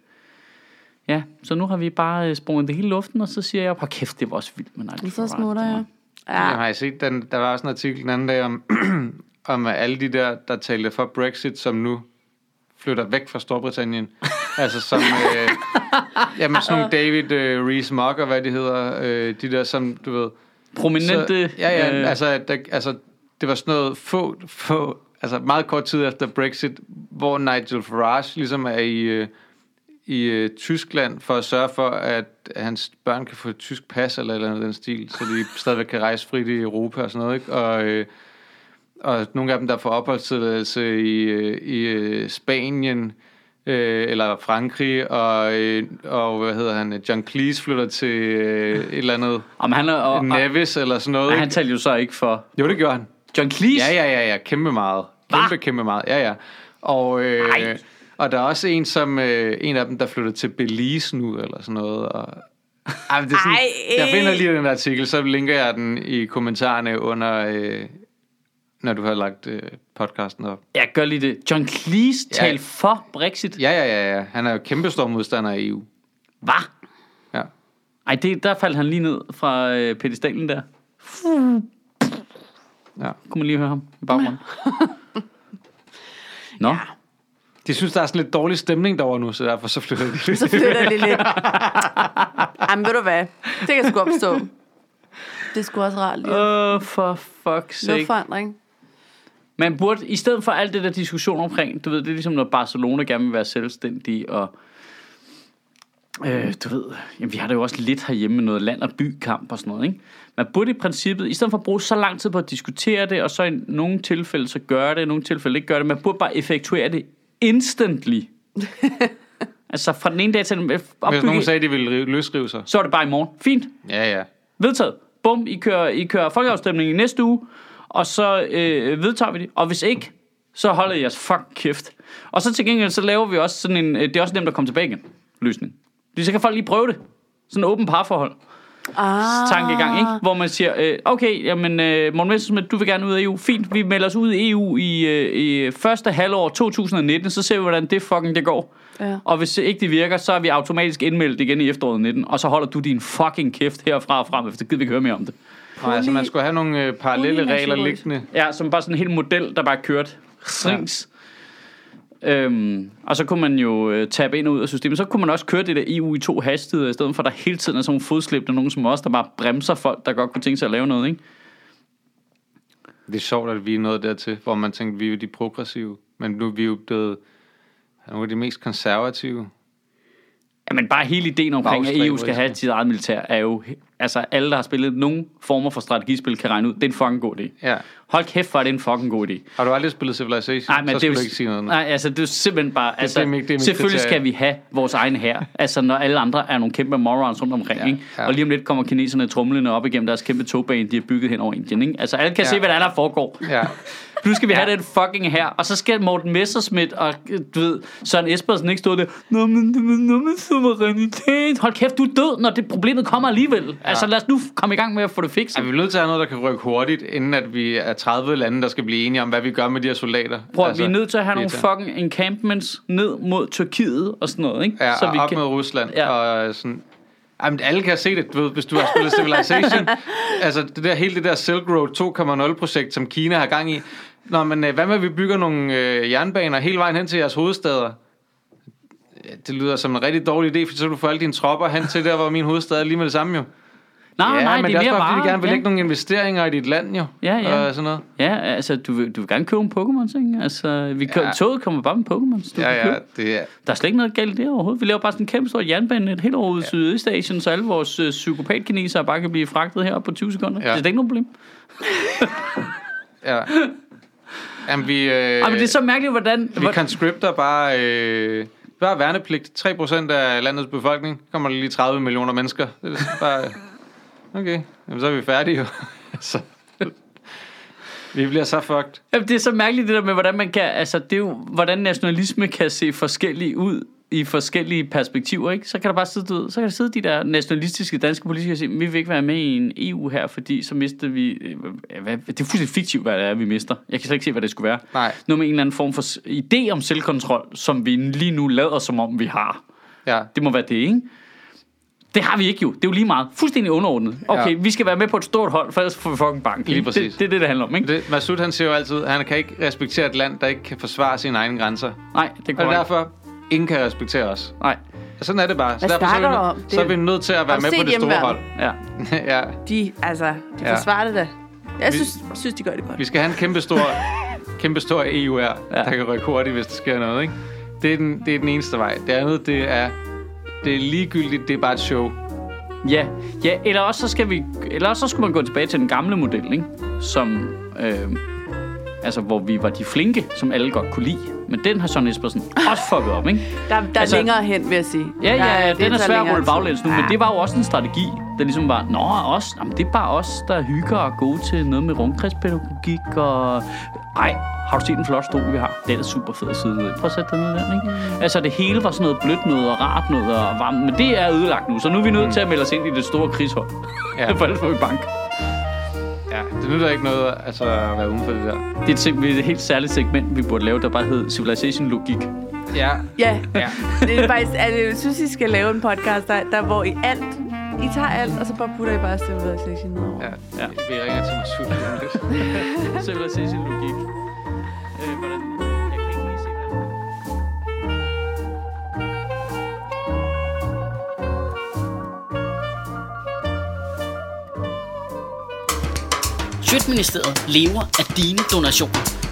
ja, så nu har vi bare øh, sprunget det hele i luften, og så siger jeg, hvor kæft, det var også vildt. Men nej, det var
Så
ret-
smutter
det var-
jeg.
Ja.
Ja,
Har I set, den, der var også en artikel den anden dag om, om at alle de der, der talte for Brexit, som nu flytter væk fra Storbritannien. altså som, øh, jamen sådan nogle David øh, Rees-Mogg og hvad de hedder, øh, de der som, du ved,
Prominente...
Så, ja, ja,
øh,
øh... altså, der, altså, det var sådan noget få, få, altså meget kort tid efter Brexit, hvor Nigel Farage ligesom er i, øh, i øh, Tyskland for at sørge for, at hans børn kan få et tysk pas eller et eller andet i den stil, så de stadigvæk kan rejse frit i Europa og sådan noget, ikke? Og, øh, og nogle af dem, der får opholdstilladelse i, øh, i øh, Spanien, øh, eller Frankrig, og, øh, og hvad hedder han, John Cleese flytter til øh, et eller andet
om han, er, og, og,
Nevis eller sådan noget.
og,
Ikke?
han talte jo så ikke for...
Jo, det gjorde han.
John Cleese?
Ja, ja, ja, ja. Kæmpe meget. Kæmpe, kæmpe meget. Ja, ja. Og, øh,
Ej.
og der er også en, som, øh, en af dem, der flytter til Belize nu, eller sådan noget. Og, Ej, men det er sådan,
Ej.
jeg finder lige den artikel, så linker jeg den i kommentarerne under, øh, når du har lagt øh, podcasten op.
Jeg gør lige det. John Cleese
Ja.
talte for Brexit.
Ja, ja, ja, ja. Han er jo kæmpe stor modstander af EU.
Hvad?
Ja.
Ej, det, der faldt han lige ned fra øh, pedestalen der.
ja.
Kunne man lige høre ham i baggrunden. Nå. Ja.
De synes, der er sådan lidt dårlig stemning derovre nu, så derfor så flytter de
så flytter det lidt. Jamen, ved du hvad? Det kan jeg sgu opstå. Det skulle også rart lige.
Åh, oh, for fuck's
Noget
sake.
forandring.
Man burde, i stedet for alt det der diskussion omkring, du ved, det er ligesom når Barcelona gerne vil være selvstændige, og øh, du ved, jamen, vi har det jo også lidt herhjemme med noget land- og bykamp og sådan noget, ikke? Man burde i princippet, i stedet for at bruge så lang tid på at diskutere det, og så i nogle tilfælde så gøre det, i nogle tilfælde ikke gøre det, man burde bare effektuere det instantly. altså fra den ene dag til den
Hvis nogen
opbygge,
sagde, de ville rive- løsrive sig.
så er det bare i morgen. Fint,
Ja, ja.
vedtaget. Bum, I kører, I kører folkeafstemning i næste uge, og så øh, vedtager vi det. Og hvis ikke, så holder I jeres fuck kæft. Og så til gengæld, så laver vi også sådan en, øh, det er også nemt at komme tilbage igen, løsning. Fordi så kan folk lige prøve det. Sådan en åben parforhold
Ah.
tankegang, ikke? Hvor man siger, øh, okay, jamen, øh, Morten Messerschmidt, du vil gerne ud af EU. Fint, vi melder os ud af EU i, øh, i første halvår 2019, så ser vi, hvordan det fucking det går.
Ja.
Og hvis ikke det virker, så er vi automatisk indmeldt igen i efteråret 19, og så holder du din fucking kæft herfra og frem, for det gider vi ikke høre mere om det.
Nej, altså man skulle have nogle øh, parallelle
Poly-
regler
naturligt.
liggende.
Ja, som bare sådan en hel model, der bare kørte. Rings. Øhm, og så kunne man jo øh, tabe ind og ud af systemet. Så kunne man også køre det der EU i to hastigheder, i stedet for at der hele tiden er sådan nogle fodslæb, der nogen som os, der bare bremser folk, der godt kunne tænke sig at lave noget, ikke?
Det er sjovt, at vi er nået dertil, hvor man tænkte, at vi er de progressive. Men nu er vi jo blevet nogle af de mest konservative.
Jamen bare hele ideen omkring, at EU skal
Bagstræberiske.
have sit eget militær, er jo... Altså alle, der har spillet nogen former for strategispil, kan regne ud, det er en fucking god idé.
Ja.
Hold kæft, for er det en fucking god idé.
Har du aldrig spillet Civilization,
Nej, men
så
det er
skal
jo,
du ikke sige noget.
Nej, altså det er jo simpelthen bare... Altså,
simpelthen ikke- det er mit
selvfølgelig
kriterie.
skal vi have vores egen her. Altså når alle andre er nogle kæmpe morons rundt omkring,
Ja,
ikke?
ja.
Og lige om lidt kommer kineserne trumlende op igennem deres kæmpe togbane, de har bygget hen over Indien, ikke? Altså alle kan
Ja.
se, hvad der, er, der foregår.
Ja.
Nu skal vi have den fucking her. Og så skal Morten Messerschmidt og øh, du ved, Søren Espersen ikke stå der. Nå, men, nå, men, nå, men suverænitet. Hold kæft, du er død, når det problemet kommer alligevel. Altså lad os nu komme i gang med at få det fikset.
Er vi er nødt til at have noget, der kan rykke hurtigt, inden at vi er 30 lande, der skal blive enige om, hvad vi gør med de her soldater?
Prøv, altså, vi er nødt til at have
vi er
nogle fucking encampments ned mod Tyrkiet og sådan noget, ikke?
Ja, så
vi
op
kan...
med Rusland.
Ja.
Ja. Og øh, sådan, jamen, alle kan se det, du ved, hvis du har spillet Civilization. altså, det der, hele det der Silk Road 2.0-projekt, som Kina har gang i. Nå, men øh, hvad med, at vi bygger nogle øh, jernbaner hele vejen hen til jeres hovedsteder? Ja, Det lyder som en rigtig dårlig idé, for så kan du får alle dine tropper hen til der, hvor min hovedstad er lige med det samme jo.
Nej,
ja,
Ah, nej,
men
det er
også
mere
bare, fordi
bare...
de gerne vil
ja.
lægge nogle investeringer i dit land jo.
Ja, ja.
Og sådan noget.
ja, altså, du vil, du vil gerne købe en Pokémon, ikke? Altså, vi kører,
Ja.
toget kommer bare med Pokémon.
Ja, ja, det er...
Der er slet ikke noget galt i det overhovedet. Vi laver bare sådan en kæmpe stor jernbane et helt over ja. Sydøstasien, så alle vores øh, psykopatkinesere bare kan blive fragtet herop på 20 sekunder. Ja.
Ja.
Det er slet ikke noget problem.
Ja. Jamen, vi... Øh,
Ej, men det er så mærkeligt, hvordan...
Vi
hvor-
conscripter bare, øh, bare værnepligt. 3% af landets befolkning. Kommer der lige 30 millioner mennesker. Det er bare, okay, Jamen, så er vi færdige jo. så. Vi bliver så fucked.
Jamen, det er så mærkeligt det der med, hvordan man kan, altså det er jo, hvordan nationalisme kan se forskellig ud i forskellige perspektiver, ikke? Så kan der bare sidde, du ved, så kan der sidde de der nationalistiske danske politikere og sige, vi vil ikke være med i en EU her, fordi så mister vi, øh, hvad, det er fuldstændig fiktivt, hvad det er, vi mister. Jeg kan slet ikke se, hvad det skulle være.
Nej.
Noget med en eller anden form for s- idé om selvkontrol, som vi lige nu lader som om, vi har.
Ja.
Det må være det, ikke? Det har vi ikke jo. Det er jo lige meget. Fuldstændig underordnet. Okay, ja.
Ja.
vi skal være med på et stort hold, for ellers får vi fucking bank.
Lige
ikke?
præcis.
Det, det er det, det handler om, ikke?
Det, Masud, han siger jo altid, at han kan ikke respektere et land, der ikke kan forsvare sine egne grænser.
Nej, det er
Og
korrekt.
derfor, ingen kan respektere os.
Nej,
Sådan er det bare. Så
Hvad
derfor så er, vi
snakker du
nød-
om? Det-
så er vi nødt til at være
du
med på
set
det store hold.
Hjemmeværnet?
ja.
ja.
De, altså, de
Ja.
forsvarer det da. Jeg synes, synes, de gør det godt.
Vi skal have en kæmpe stor, kæmpe stor EUR, ja.
Ja.
der kan rykke hurtigt, hvis der sker noget. Ikke? Det, er den, det er den eneste vej. Det andet, det er, det er ligegyldigt, det er bare et show.
Ja, ja eller, også så skal vi, eller også så skulle man gå tilbage til den gamle model, ikke? Som, øh, altså, hvor vi var de flinke, som alle godt kunne lide. Men den har Søren Espersen også fucket op, ikke?
Der, der
Altså-
er længere hen, vil jeg sige.
Ja,
Der
ja, ja
det
den er
tager
svær at
længere
rulle
tid.
baglæns nu, men
Ja.
det var jo også en strategi, der ligesom var, Nå, os, jamen, det er bare os, der hygger og er gode til noget med rumkredspædagogik, og ej, har du set den flotte stol, vi har? Den er super fed at sidde ned. i. Prøv at sætte den ned der,
Mm.
ikke? Altså, det hele var sådan noget blødt noget og rart noget og varmt, men det er ødelagt nu, så nu er vi
Mm.
nødt til at melde os ind i det store krigshold. Ja.
Ja.
For ellers får vi bank.
Ja, det nytter ikke noget altså, at være uden for det der.
Det er et, simpelthen et helt særligt segment, vi burde lave, der bare hed Civilization-logik.
Ja,
Ja,
ja.
det er faktisk, altså, jeg synes, I skal lave en podcast, der, der hvor I alt, I tager alt, og så bare putter I bare Civilization nedover.
ja.
Ja.
ja. Vi ringer til Masud lige om lidt.
Civilization-logik. Øh, hvordan... Jeg kan ikke lige se, hvordan... Budgetministeriet lever af dine donationer.